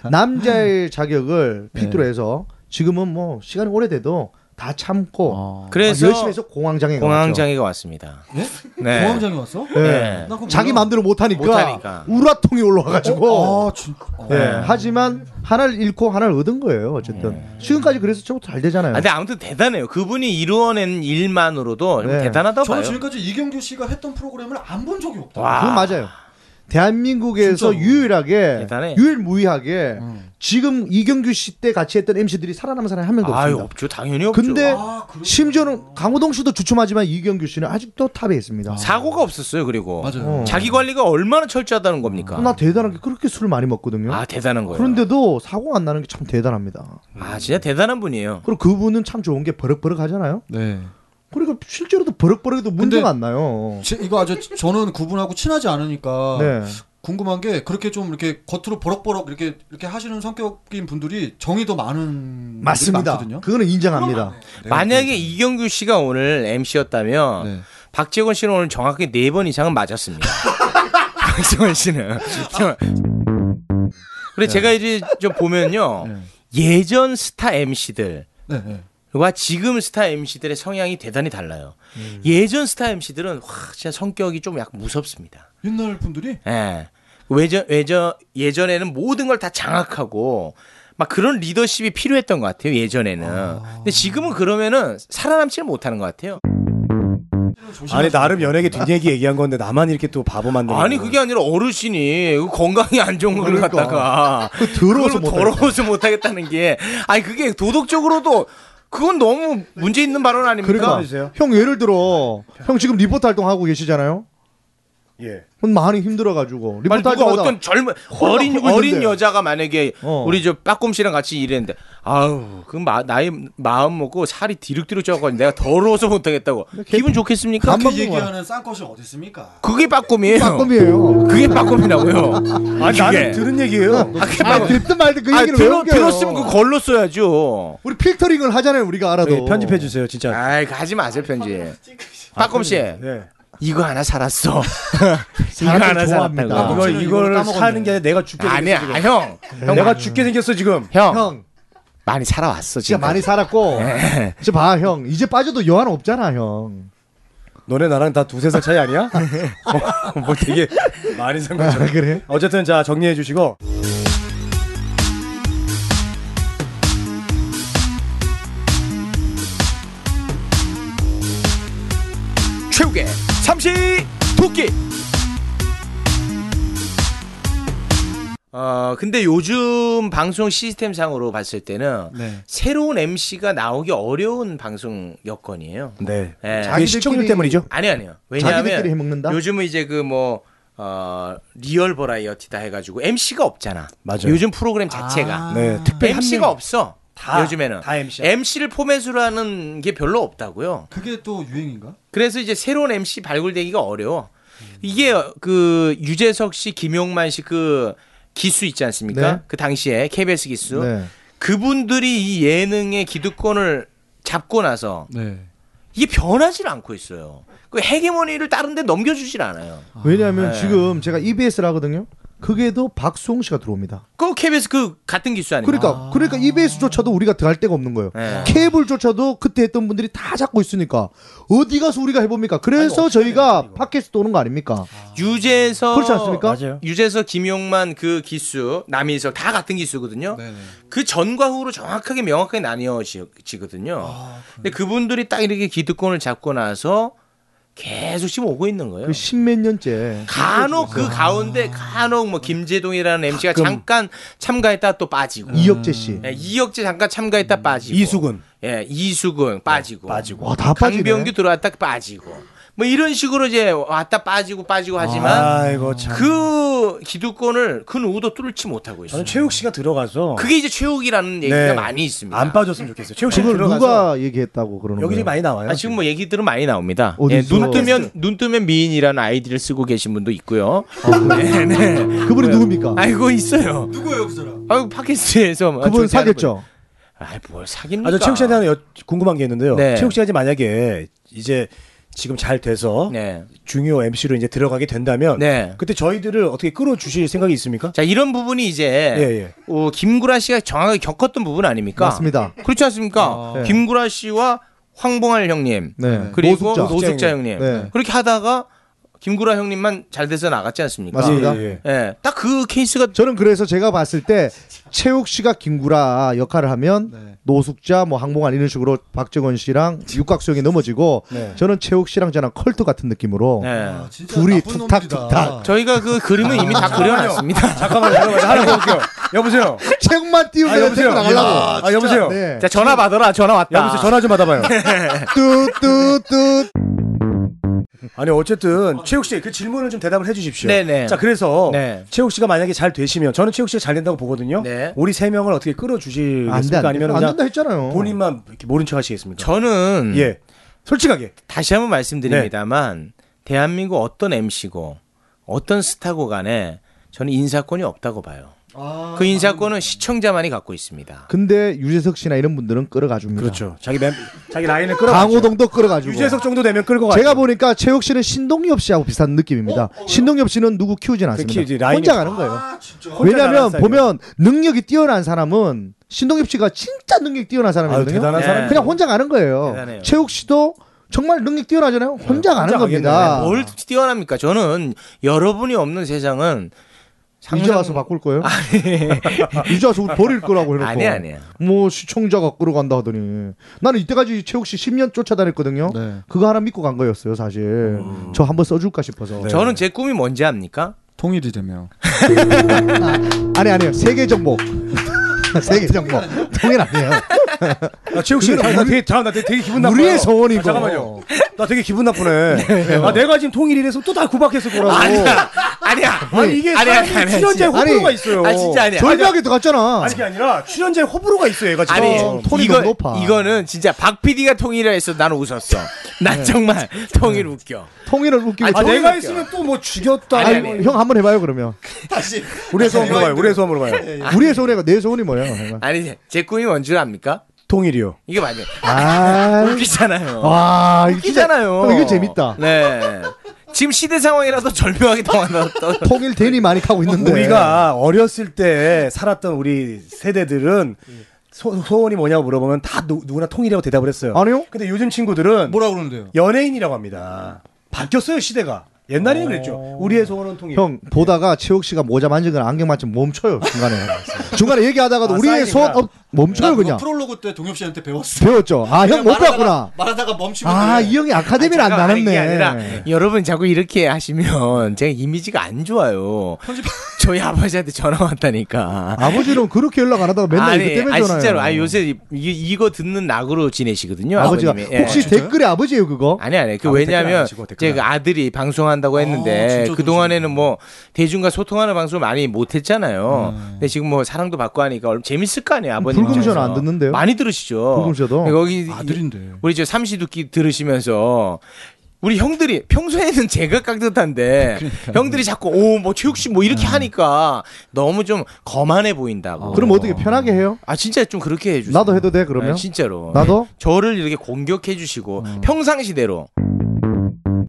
Speaker 5: 남자의 자격을 필두로 해서 지금은 뭐 시간이 오래돼도 다 참고
Speaker 4: 어.
Speaker 2: 그래서
Speaker 5: 열심히 해서 공황장애
Speaker 2: 공황장애가 왔습니다.
Speaker 4: 예?
Speaker 2: 네.
Speaker 4: 공황장이 왔어?
Speaker 5: 예.
Speaker 2: 네.
Speaker 4: 나 그거
Speaker 5: 자기
Speaker 4: 몰라.
Speaker 5: 마음대로 못하니까,
Speaker 2: 못하니까.
Speaker 5: 우라통이 올라와가지고
Speaker 4: 어? 아, 진. 어.
Speaker 5: 예. 하지만 하나를 잃고 하나를 얻은 거예요 어쨌든 지금까지 그래서 저부터 잘 되잖아요
Speaker 2: 아, 근데 아무튼 대단해요. 그분이 이루어낸 일만으로도
Speaker 5: 네.
Speaker 2: 대단하다고
Speaker 4: 저는
Speaker 2: 봐요.
Speaker 4: 지금까지 이경규 씨가 했던 프로그램을 안 본 적이 없다.
Speaker 2: 와. 뭐.
Speaker 5: 그건 맞아요. 대한민국에서
Speaker 4: 진짜로.
Speaker 5: 유일하게
Speaker 2: 대단해. 음.
Speaker 5: 유일무이하게 지금 이경규 씨 때 같이 했던 MC들이 살아남은 사람이 한 명도
Speaker 2: 아유
Speaker 5: 없습니다.
Speaker 2: 없죠. 당연히 없죠.
Speaker 5: 근데
Speaker 4: 아, 그래.
Speaker 5: 심지어는 강호동 씨도 주춤하지만 이경규 씨는 아직도 탑에 있습니다.
Speaker 2: 사고가 없었어요. 그리고
Speaker 4: 맞아요.
Speaker 5: 어.
Speaker 2: 자기 관리가 얼마나 철저하다는 겁니까?
Speaker 5: 나 대단한 게 그렇게 술을 많이 먹거든요.
Speaker 2: 아 대단한 거예요.
Speaker 5: 그런데도 사고가 안 나는 게 참 대단합니다.
Speaker 2: 아 진짜 대단한 분이에요.
Speaker 5: 그리고 그분은 참 좋은 게 버럭버럭 하잖아요.
Speaker 4: 네.
Speaker 5: 그러니까 실제로도 버럭버럭해도 문제가 안 나요.
Speaker 4: 제, 이거 아주 저는 그분하고 친하지
Speaker 2: 아,
Speaker 4: 않으니까
Speaker 5: 네.
Speaker 4: 궁금한 게 그렇게 좀 이렇게 겉으로 버럭버럭 이렇게 이렇게 하시는 성격인 분들이 정이 더 많은 분들이
Speaker 5: 맞습니다.
Speaker 4: 많거든요.
Speaker 5: 그거는 인정합니다.
Speaker 4: 내가
Speaker 2: 만약에 이경규 씨가 오늘 MC였다면
Speaker 4: 네.
Speaker 2: 박재권 씨는 오늘 정확하게 네 번 이상은 맞았습니다. <laughs> 박재권 씨는. 그래 제가 이제 좀 보면요 예전 스타 MC들
Speaker 4: 네, 네.
Speaker 2: 와 지금 스타 MC들의 성향이 대단히 달라요. 예전 스타 MC들은 와 진짜 성격이 좀 약간 무섭습니다.
Speaker 4: 옛날 분들이
Speaker 2: 예. 외전 외전 예전에는 모든 걸 다 장악하고 막 그런 리더십이 필요했던 것 같아요. 예전에는. 근데 지금은 그러면은 살아남지를 못하는 것 같아요.
Speaker 3: 아니 나름 연예계 뒷얘기 얘기한 건데 나만 이렇게 또 바보
Speaker 5: 네.
Speaker 3: 만드는.
Speaker 2: 아니
Speaker 3: 거.
Speaker 2: 그게 아니라 어르신이 그 건강이 안 좋은 걸 갖다가
Speaker 5: 그러니까. <laughs> 더러워서
Speaker 2: 그걸로
Speaker 5: 못
Speaker 2: 더러워서 못하겠다는 게 아니 그게 도덕적으로도 그건 너무 문제 있는 발언 아닙니까?
Speaker 5: 그러니까 형 예를 들어 형 지금 리포터 활동하고 계시잖아요.
Speaker 3: 예.
Speaker 5: 그건 많이 힘들어가지고
Speaker 2: 아니
Speaker 5: 리포트
Speaker 2: 누가
Speaker 5: 네, 하자마자 <laughs>
Speaker 2: 어떤 젊은
Speaker 5: 혼자
Speaker 2: 어린
Speaker 5: 하고 있는데.
Speaker 2: 어린 여자가 만약에
Speaker 5: 어.
Speaker 2: 우리 저 빠꼼씨랑 같이 일했는데 아우 그 마, 나이 마음 먹고 살이 디룩디룩 쪄가지고 내가 더러워서 못하겠다고 기분 좋겠습니까?
Speaker 5: 안
Speaker 4: 그
Speaker 5: 먹는
Speaker 4: 얘기하는 쌍꺼이 어디 있습니까?
Speaker 2: 그게 빠꼼이에요.
Speaker 5: 깜깜이에요.
Speaker 2: 그게 빠꼼이라고요.
Speaker 3: 아니 나는
Speaker 2: 그게.
Speaker 3: 들은 얘기예요.
Speaker 2: 아, 그게
Speaker 5: 아
Speaker 2: 빠꼼.
Speaker 5: 듣든 말든 <laughs> 그
Speaker 2: 아,
Speaker 5: 얘기를 왜
Speaker 2: 들어,
Speaker 5: 옮겨요?
Speaker 2: 들었으면 그 걸로 써야죠.
Speaker 5: 우리 필터링을 하잖아요 우리가 알아도
Speaker 3: 예, 편집해 주세요 진짜.
Speaker 2: 아이 가지 마세요 편지. 빠꼼씨
Speaker 5: 아,
Speaker 3: 네.
Speaker 2: 이거 하나
Speaker 5: <laughs>
Speaker 2: 살았어. 이거
Speaker 5: 사람들
Speaker 2: 하나
Speaker 5: 좋아합니다.
Speaker 2: 살았다고.
Speaker 3: 이거
Speaker 4: 이거를
Speaker 3: 이걸
Speaker 4: 까먹었네.
Speaker 3: 사는 게 아니라 내가 죽게
Speaker 2: 아니야
Speaker 3: 생겼어.
Speaker 2: 아, 형.
Speaker 3: 지금. 내가 죽게 생겼어 지금.
Speaker 2: 형. 형
Speaker 5: 형
Speaker 2: 많이 살아왔어
Speaker 5: 진짜
Speaker 2: 지금.
Speaker 5: 많이 살았고
Speaker 2: 네. <laughs>
Speaker 5: 진짜 봐형 이제 빠져도 여한 없잖아 형
Speaker 3: 너네 나랑 다 두세 살 차이 아니야? 어, 뭐 되게 많이 산 거죠.
Speaker 5: 아, 그래?
Speaker 3: 어쨌든 자 정리해 주시고
Speaker 2: 최욱의 삼시 도끼. 어 근데 요즘 방송 시스템상으로 봤을 때는
Speaker 4: 네.
Speaker 2: 새로운 MC가 나오기 어려운 방송 여건이에요.
Speaker 3: 네.
Speaker 2: 예.
Speaker 3: 그게 시청률 때문이죠.
Speaker 2: 아니 아니요. 왜냐하면
Speaker 5: 자기들끼리 해먹는다?
Speaker 2: 요즘은 이제 그 뭐 어, 리얼 버라이어티다 해가지고 MC가 없잖아.
Speaker 3: 맞아요.
Speaker 2: 요즘 프로그램 자체가
Speaker 3: 네. 특별히 한
Speaker 2: MC가
Speaker 3: 명-
Speaker 2: 없어.
Speaker 3: 다,
Speaker 2: 요즘에는
Speaker 3: 다 MC 야.
Speaker 2: MC를 포맷으로 하는 게 별로 없다고요.
Speaker 4: 그게 또 유행인가?
Speaker 2: 그래서 이제 새로운 MC 발굴되기가 어려워. 이게 그 유재석 씨, 김용만 씨 그 기수 있지 않습니까?
Speaker 5: 네.
Speaker 2: 그 당시에 KBS 기수.
Speaker 5: 네.
Speaker 2: 그분들이 이 예능의 기득권을 잡고 나서
Speaker 4: 네.
Speaker 2: 이게 변하질 않고 있어요. 그 헤게모니를 다른 데 넘겨주질 않아요.
Speaker 5: 왜냐하면
Speaker 2: 네.
Speaker 5: 지금 제가 E EBS를 하거든요. 그게도 박수홍 씨가 들어옵니다.
Speaker 2: 그 KBS 그 같은 기수 아니에요?
Speaker 5: 그러니까 그러니까 EBS조차도 우리가 들어갈 데가 없는 거예요.
Speaker 2: 네.
Speaker 5: 케이블조차도 그때 했던 분들이 다 잡고 있으니까 어디 가서 우리가 해봅니까? 그래서 저희가 팟캐스트 오는 거 아닙니까?
Speaker 2: 유재석
Speaker 5: 그렇지 않습니까?
Speaker 3: 맞아요.
Speaker 2: 유재석, 김용만 그 기수, 남희석 다 같은 기수거든요.
Speaker 4: 네네.
Speaker 2: 그 전과 후로 정확하게 명확하게 나뉘어지거든요.
Speaker 5: 아,
Speaker 2: 근데 그분들이 딱 이렇게 기득권을 잡고 나서 계속 지금 오고 있는 거예요.
Speaker 5: 그 십몇 년째
Speaker 2: 간혹 그 가운데 간혹 뭐 김재동이라는 MC가
Speaker 5: 아. 가끔.
Speaker 2: 잠깐 참가했다 또 빠지고
Speaker 5: 이혁재 씨.
Speaker 2: 예, 이혁재 잠깐 참가했다 빠지고
Speaker 3: 이수근
Speaker 2: 예 이수근 빠지고
Speaker 3: 빠지고.
Speaker 5: 와, 다 네, 빠지네.
Speaker 2: 강병규 들어왔다 빠지고 뭐 이런 식으로 이제 왔다 빠지고 빠지고 하지만
Speaker 3: 아이고 참.
Speaker 2: 그 기득권을 그 누구도 뚫지 못하고 있어요.
Speaker 3: 저는 최욱 씨가 들어가서
Speaker 2: 그게 이제 최욱이라는 얘기가
Speaker 3: 네.
Speaker 2: 많이 있습니다.
Speaker 3: 안 빠졌으면 좋겠어요. 최욱 씨가
Speaker 5: 그걸
Speaker 3: 들어가서
Speaker 5: 누가 얘기했다고 그러는 거예요?
Speaker 3: 여기저기 많이 나와요.
Speaker 2: 아, 지금 뭐 얘기들은 많이 나옵니다.
Speaker 5: 어디서?
Speaker 2: 예, 눈 뜨면 눈 뜨면 미인이라는 아이디를 쓰고 계신 분도 있고요. 네, 네.
Speaker 5: 아, 그분이 누굽니까?
Speaker 2: 아이고 있어요.
Speaker 4: 누구예요 그 사람?
Speaker 2: 아유 팟캐스트에서 뭐
Speaker 5: 그분
Speaker 2: 존재하는 분.
Speaker 5: 사겠죠.
Speaker 2: 아이 뭘 사깁니까?
Speaker 3: 아, 저 최욱 씨한테 하나 여, 궁금한 게 있는데요.
Speaker 2: 네.
Speaker 3: 최욱 씨가 이제 만약에 이제 지금 잘 돼서
Speaker 2: 네.
Speaker 3: 중요 MC로 이제 들어가게 된다면
Speaker 2: 네.
Speaker 3: 그때 저희들을 어떻게 끌어주실 생각이 있습니까?
Speaker 2: 자 이런 부분이 이제
Speaker 3: 예, 예.
Speaker 2: 어, 김구라 씨가 정확하게 겪었던 부분 아닙니까?
Speaker 3: 그러니까.
Speaker 5: 맞습니다.
Speaker 2: 그렇지 않습니까?
Speaker 5: 네.
Speaker 2: 김구라 씨와 황봉할 형님
Speaker 5: 네.
Speaker 2: 그리고
Speaker 5: 노숙자.
Speaker 2: 노숙자, 형님
Speaker 5: 네.
Speaker 2: 그렇게 하다가 김구라 형님만 잘 돼서 나갔지 않습니까?
Speaker 5: 맞습니다.
Speaker 3: 예, 예.
Speaker 2: 예, 딱 그 케이스가
Speaker 5: 저는 그래서 제가 봤을 때 최욱 씨가 김구라 역할을 하면
Speaker 4: 네.
Speaker 5: 노숙자 뭐 항봉한 이런 식으로 박정원 씨랑 육각수형이 넘어지고
Speaker 3: 네.
Speaker 5: 저는 최욱 씨랑 저랑 컬트 같은 느낌으로
Speaker 2: 예.
Speaker 4: 아, 진짜
Speaker 5: 네. 둘이
Speaker 4: 나쁜
Speaker 5: 툭탁툭탁.
Speaker 4: 놈들이다. 아,
Speaker 2: 저희가 그 그림은 이미
Speaker 5: 아.
Speaker 2: 다 그려놨습니다.
Speaker 3: 잠깐만요. 잠깐만요. 하나 볼게요. 여보세요.
Speaker 5: 체육만 띄우면
Speaker 3: 아, 여보세요.
Speaker 5: 데리고
Speaker 3: 아,
Speaker 5: 나가려고.
Speaker 3: 진짜. 여보세요.
Speaker 5: 네.
Speaker 2: 자 전화 받아라. 전화 왔다.
Speaker 3: 여보세요. 전화 좀 받아봐요.
Speaker 5: 뚜뚜뚜.
Speaker 3: 아니 어쨌든 최욱 씨 그 질문을 좀 대답을 해주십시오.
Speaker 2: 네네.
Speaker 3: 자 그래서
Speaker 2: 네.
Speaker 3: 최욱 씨가 만약에 잘 되시면 저는 최욱 씨가 잘 된다고 보거든요.
Speaker 2: 네.
Speaker 3: 우리 세 명을 어떻게
Speaker 5: 안 돼,
Speaker 3: 끌어주시겠습니까?
Speaker 5: 안 돼.
Speaker 3: 아니면
Speaker 5: 안 된다
Speaker 3: 그냥
Speaker 5: 했잖아요.
Speaker 3: 본인만 이렇게 모른 척 하시겠습니까?
Speaker 2: 저는 음.
Speaker 3: 예. 솔직하게.
Speaker 2: 다시 한번 말씀드립니다만
Speaker 5: 네.
Speaker 2: 대한민국 어떤 MC고 어떤 스타고 간에 저는 인사권이 없다고 봐요.
Speaker 4: 아,
Speaker 2: 그 인사권은 시청자만이 갖고 있습니다.
Speaker 5: 근데 유재석 씨나 이런 분들은 끌어가 줍니다.
Speaker 3: 그렇죠. 자기 멤 자기 라인을 끌어.
Speaker 5: 강호동도 끌어가 주고.
Speaker 3: 유재석 정도 되면 끌고 가.
Speaker 5: 제가 보니까 최욱 씨는 신동엽 씨하고 비슷한 느낌입니다. 신동엽 씨는 누구 키우진 않습니다.
Speaker 3: 키우지, 라인이-
Speaker 5: 혼자 가는 거예요.
Speaker 4: 아, 진짜.
Speaker 3: 혼자
Speaker 5: 왜냐하면
Speaker 3: 나가는 스타일이에요.
Speaker 5: 보면 능력이 뛰어난 사람은 신동엽 씨가 진짜 능력이 뛰어난
Speaker 3: 아유,
Speaker 5: 사람이거든요.
Speaker 3: 대단한
Speaker 2: 네.
Speaker 3: 사람.
Speaker 5: 그냥 혼자 가는 거예요.
Speaker 2: 대단해요.
Speaker 5: 최욱 씨도 정말 능력 뛰어나잖아요. 혼자 가는
Speaker 3: 혼자
Speaker 5: 겁니다.
Speaker 2: 아. 뭘 뛰어납니까? 저는 여러분이 없는 세상은
Speaker 5: 이제 와서 바꿀 거예요? <laughs> 이제 와서 우리 버릴 거라고 해놓고.
Speaker 2: 아니 아니야.
Speaker 5: 뭐 시청자가 끌어간다 하더니 나는 이때까지 최욱 씨 10년 쫓아다녔거든요.
Speaker 4: 네.
Speaker 5: 그거 하나 믿고 간 거였어요, 사실. 저 한번 써줄까 싶어서.
Speaker 2: 저는 제 꿈이 뭔지 압니까?
Speaker 4: 통일이 되면
Speaker 5: 아니 아니요, 세계 정복. <laughs> 세계 정복. 통일 아니에요.
Speaker 3: 아, 최욱 씨, 나, 나 되게, 잠깐, 나 되게, 되게 기분 나빠.
Speaker 5: 우리의 소원이고.
Speaker 3: 아, 잠깐만요. 나 되게 기분 나쁘네. 아, 내가 지금 통일이라서 또 다 구박했을 거라고.
Speaker 2: 아니야 아니야.
Speaker 3: 아니, 이게
Speaker 2: 아니, 아니, 아니,
Speaker 3: 사람이 출연자의
Speaker 5: 아니.
Speaker 3: 호불호가 있어요.
Speaker 2: 아 진짜 아니야.
Speaker 5: 절벽에 들어갔잖아.
Speaker 3: 아니, 그게 아니라 출연자의 호불호가 있어요, 얘가 지금.
Speaker 2: 아니
Speaker 5: 어, 톤이
Speaker 2: 이거
Speaker 5: 너무 높아.
Speaker 2: 이거는 진짜 박 PD가 통일을 해서 나는
Speaker 5: <laughs>
Speaker 2: 웃었어. 난
Speaker 5: 네.
Speaker 2: 정말 통일 웃겨.
Speaker 5: 통일을 웃기고.
Speaker 3: 아,
Speaker 5: 저-
Speaker 3: 내가 있으면 또 뭐 죽였다.
Speaker 2: 아니,
Speaker 5: 아니,
Speaker 2: 아니.
Speaker 5: 형 한번 해봐요 그러면.
Speaker 4: 다시
Speaker 3: 우리의 소원 물어봐요, 우리의 소원 물어봐요.
Speaker 5: 우리의 소원이가 내 소원이 뭐예요? 내가.
Speaker 2: 아니 제 꿈이 뭔 줄 압니까?
Speaker 3: 통일이요.
Speaker 2: 이게 맞아요.
Speaker 5: 아,
Speaker 2: 웃기잖아요.
Speaker 5: 와, 이거 진짜-
Speaker 2: 웃기잖아요.
Speaker 5: 형, 이거 재밌다.
Speaker 2: 네. 지금 시대 상황이라서 절묘하게 당황하다.
Speaker 5: <laughs> 통일 대니 많이 하고 있는데.
Speaker 3: 우리가 어렸을 때 살았던 우리 세대들은 소, 소원이 뭐냐고 물어보면 다 누, 누구나 통일이라고 대답을 했어요.
Speaker 5: 아니요?
Speaker 3: 근데 요즘 친구들은
Speaker 4: 뭐라 그러는데요?
Speaker 3: 연예인이라고 합니다. 바뀌었어요, 시대가. 옛날에는 그랬죠. 우리의 소원은 통일.
Speaker 5: 어. 형 보다가 최욱 씨가 모자 만지거나 안경 맞으면 멈춰요 중간에. 중간에 얘기하다가도
Speaker 3: 아,
Speaker 5: 우리의 소원
Speaker 3: 사이니까.
Speaker 5: 어, 멈춰요 그냥.
Speaker 4: 프롤로그 때 동엽 씨한테 배웠어.
Speaker 5: 배웠죠. 아 형 못 배웠구나.
Speaker 4: 말하다가 멈추고.
Speaker 5: 아 이 형이 아카데미를 안
Speaker 2: 이게 아니라
Speaker 5: 나눴네.
Speaker 2: 여러분 자꾸 이렇게 하시면 제가 이미지가 안 좋아요. 저희 아버지한테 전화 왔다니까.
Speaker 5: 아버지는 그렇게 연락 안 하다가 맨날
Speaker 2: 아니,
Speaker 5: 이거 때문에
Speaker 2: 아니
Speaker 5: 전화해요.
Speaker 2: 진짜로 아니 요새 이, 거 듣는 낙으로 지내시거든요.
Speaker 5: 아버지가
Speaker 2: 아버님이. 예.
Speaker 5: 혹시 댓글이 아버지예요 그거?
Speaker 2: 아니 아니 그
Speaker 3: 아무 댓글 안
Speaker 2: 왜냐하면
Speaker 3: 하시고 댓글
Speaker 2: 제가 그 아들이 방송한다고 했는데
Speaker 4: 진짜
Speaker 2: 그 동안에는 뭐 대중과 소통하는 방송 을 많이 못했잖아요. 근데 지금 뭐 사랑도 받고 하니까 얼- 재밌을 거 아니에요 아버님.
Speaker 5: 불금쇼는
Speaker 2: 입장에서.
Speaker 5: 안 듣는데요?
Speaker 2: 많이 들으시죠.
Speaker 5: 불금쇼도?
Speaker 2: 거기
Speaker 4: 아들인데.
Speaker 2: 우리 저 삼시두끼 들으시면서. 우리 형들이 평소에는 제가 깍듯한데 형들이 자꾸 오 뭐 최욱 씨 뭐 이렇게 하니까 너무 좀 거만해 보인다고.
Speaker 5: 그럼 어떻게 편하게 해요?
Speaker 2: 아 진짜 좀 그렇게 해주세요.
Speaker 5: 나도 해도 돼 그러면?
Speaker 2: 아니, 진짜로.
Speaker 5: 나도?
Speaker 2: 저를 이렇게 공격해 주시고 평상시대로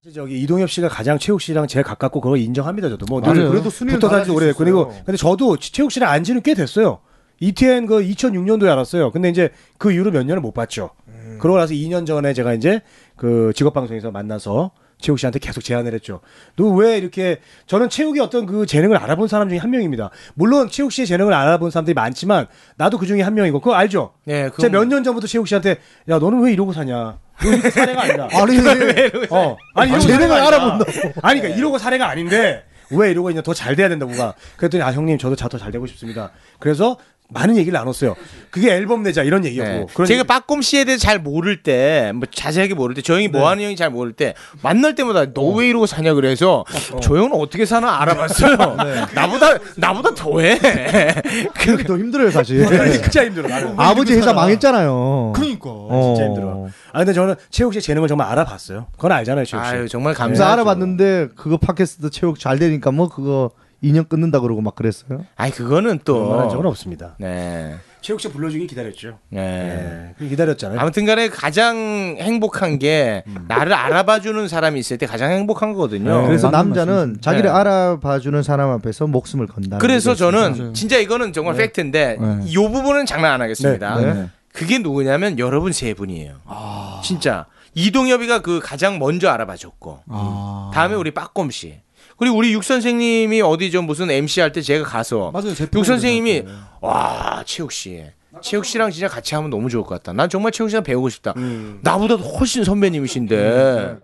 Speaker 3: 사실 저기 이동엽 씨가 가장 최욱 씨랑 제일 가깝고 그걸 인정합니다 저도 뭐
Speaker 5: 맞아요.
Speaker 3: 늘
Speaker 5: 그래도 순위는
Speaker 3: 붙어 다니지
Speaker 5: 달라질
Speaker 3: 오래
Speaker 5: 수
Speaker 3: 됐고 그리고
Speaker 5: 있어요.
Speaker 3: 근데 저도 치- 최욱 씨랑 안 지는 꽤 됐어요 ETN 그 2006년도에 알았어요 근데 이제 그 이후로 몇 년을 못 봤죠
Speaker 5: 음.
Speaker 3: 그러고 나서 2년 전에 제가 이제 그 직업방송에서 만나서 최욱 씨한테 계속 제안을 했죠 너 왜 이렇게 저는 최욱이 어떤 그 재능을 알아본 사람 중에 한 명입니다 물론 최욱 씨의 재능을 알아본 사람들이 많지만 나도 그 중에 한 명이고 그거 알죠
Speaker 2: 네, 그건-
Speaker 3: 제가 몇 년 전부터 최욱 씨한테 야 너는 왜 이러고 사냐 너 이렇게 사내가 아니다
Speaker 5: <laughs> 아니
Speaker 3: 어. 아니, 이러고
Speaker 5: 재능을
Speaker 3: 사례가
Speaker 5: 알아본다고.
Speaker 3: 아니다. 아니, 그러니까 이러고 사례가 아닌데, 왜 이러고 있냐, 더 잘 돼야 된다, 뭐가. 그랬더니, 아, 형님, 저도 자 더 잘 되고 싶습니다. 그래서 많은 얘기를 나눴어요. 그게 앨범 내자, 이런 얘기였고.
Speaker 2: 네.
Speaker 3: 뭐 그런
Speaker 2: 제가
Speaker 3: 얘기-
Speaker 2: 빠꼼 씨에 대해 잘 모를 때 뭐 자세하게 모를 때 저 형이
Speaker 3: 네.
Speaker 2: 뭐 하는 형이 잘 모를 때 만날 때마다 너 왜 이러고 사냐 그래서 저 형은 어떻게 사나
Speaker 3: <laughs>
Speaker 2: 알아봤어요.
Speaker 3: 네.
Speaker 2: 나보다 나보다 더해.
Speaker 3: 그렇죠,
Speaker 5: 그게 더 힘들어요 사실.
Speaker 3: 진짜 그러니까 힘들어, 나는.
Speaker 5: <laughs> 아버지 회사 망했잖아요.
Speaker 4: 그러니까.
Speaker 5: 어.
Speaker 3: 진짜 힘들어. 아, 근데 저는 최욱 씨의 재능을 정말 알아봤어요. 그건 알잖아요, 최욱 씨.
Speaker 2: 아유 정말
Speaker 5: 그래서
Speaker 2: 감사.
Speaker 5: 알아봤는데 그거 팟캐스트 체육 잘 되니까 뭐 그거 인연 끊는다 그러고 막 그랬어요.
Speaker 2: 아이 그거는
Speaker 3: 그런 적은
Speaker 2: 또
Speaker 3: 없습니다.
Speaker 2: 네.
Speaker 3: 최욱 씨 불러주길 기다렸죠.
Speaker 2: 네.
Speaker 3: 예, 기다렸잖아요.
Speaker 2: 아무튼간에 가장 행복한 게
Speaker 3: 음.
Speaker 2: 나를 알아봐주는 사람이 있을 때 가장 행복한 거거든요.
Speaker 4: 네.
Speaker 5: 그래서
Speaker 4: 맞는
Speaker 5: 남자는
Speaker 4: 말씀이세요.
Speaker 5: 자기를
Speaker 2: 어, 네.
Speaker 5: 알아봐주는 사람 앞에서 목숨을 건다.
Speaker 2: 그래서 저는
Speaker 4: 맞아요.
Speaker 2: 진짜 이거는 정말 팩트인데
Speaker 4: 네.
Speaker 2: 이 부분은 장난 안 하겠습니다.
Speaker 5: 네.
Speaker 4: 네.
Speaker 2: 그게 누구냐면 여러분 세 분이에요.
Speaker 4: 아.
Speaker 2: 진짜 이동엽이가 그 가장 먼저 알아봐줬고
Speaker 4: 아.
Speaker 2: 다음에 우리 빠꼼 씨 그리고 우리 육 선생님이 어디 좀 무슨 MC 할 때 제가 가서
Speaker 4: 맞아요. 제
Speaker 2: 육 선생님이
Speaker 4: 프로그램 같아요.
Speaker 2: 와 최욱 씨 최욱 씨랑 진짜 같이 하면 너무 좋을 것 같다. 난 정말 최욱 씨랑 배우고 싶다.
Speaker 3: 네.
Speaker 5: 음.
Speaker 3: 음.
Speaker 2: 나보다 도 훨씬 선배님이신데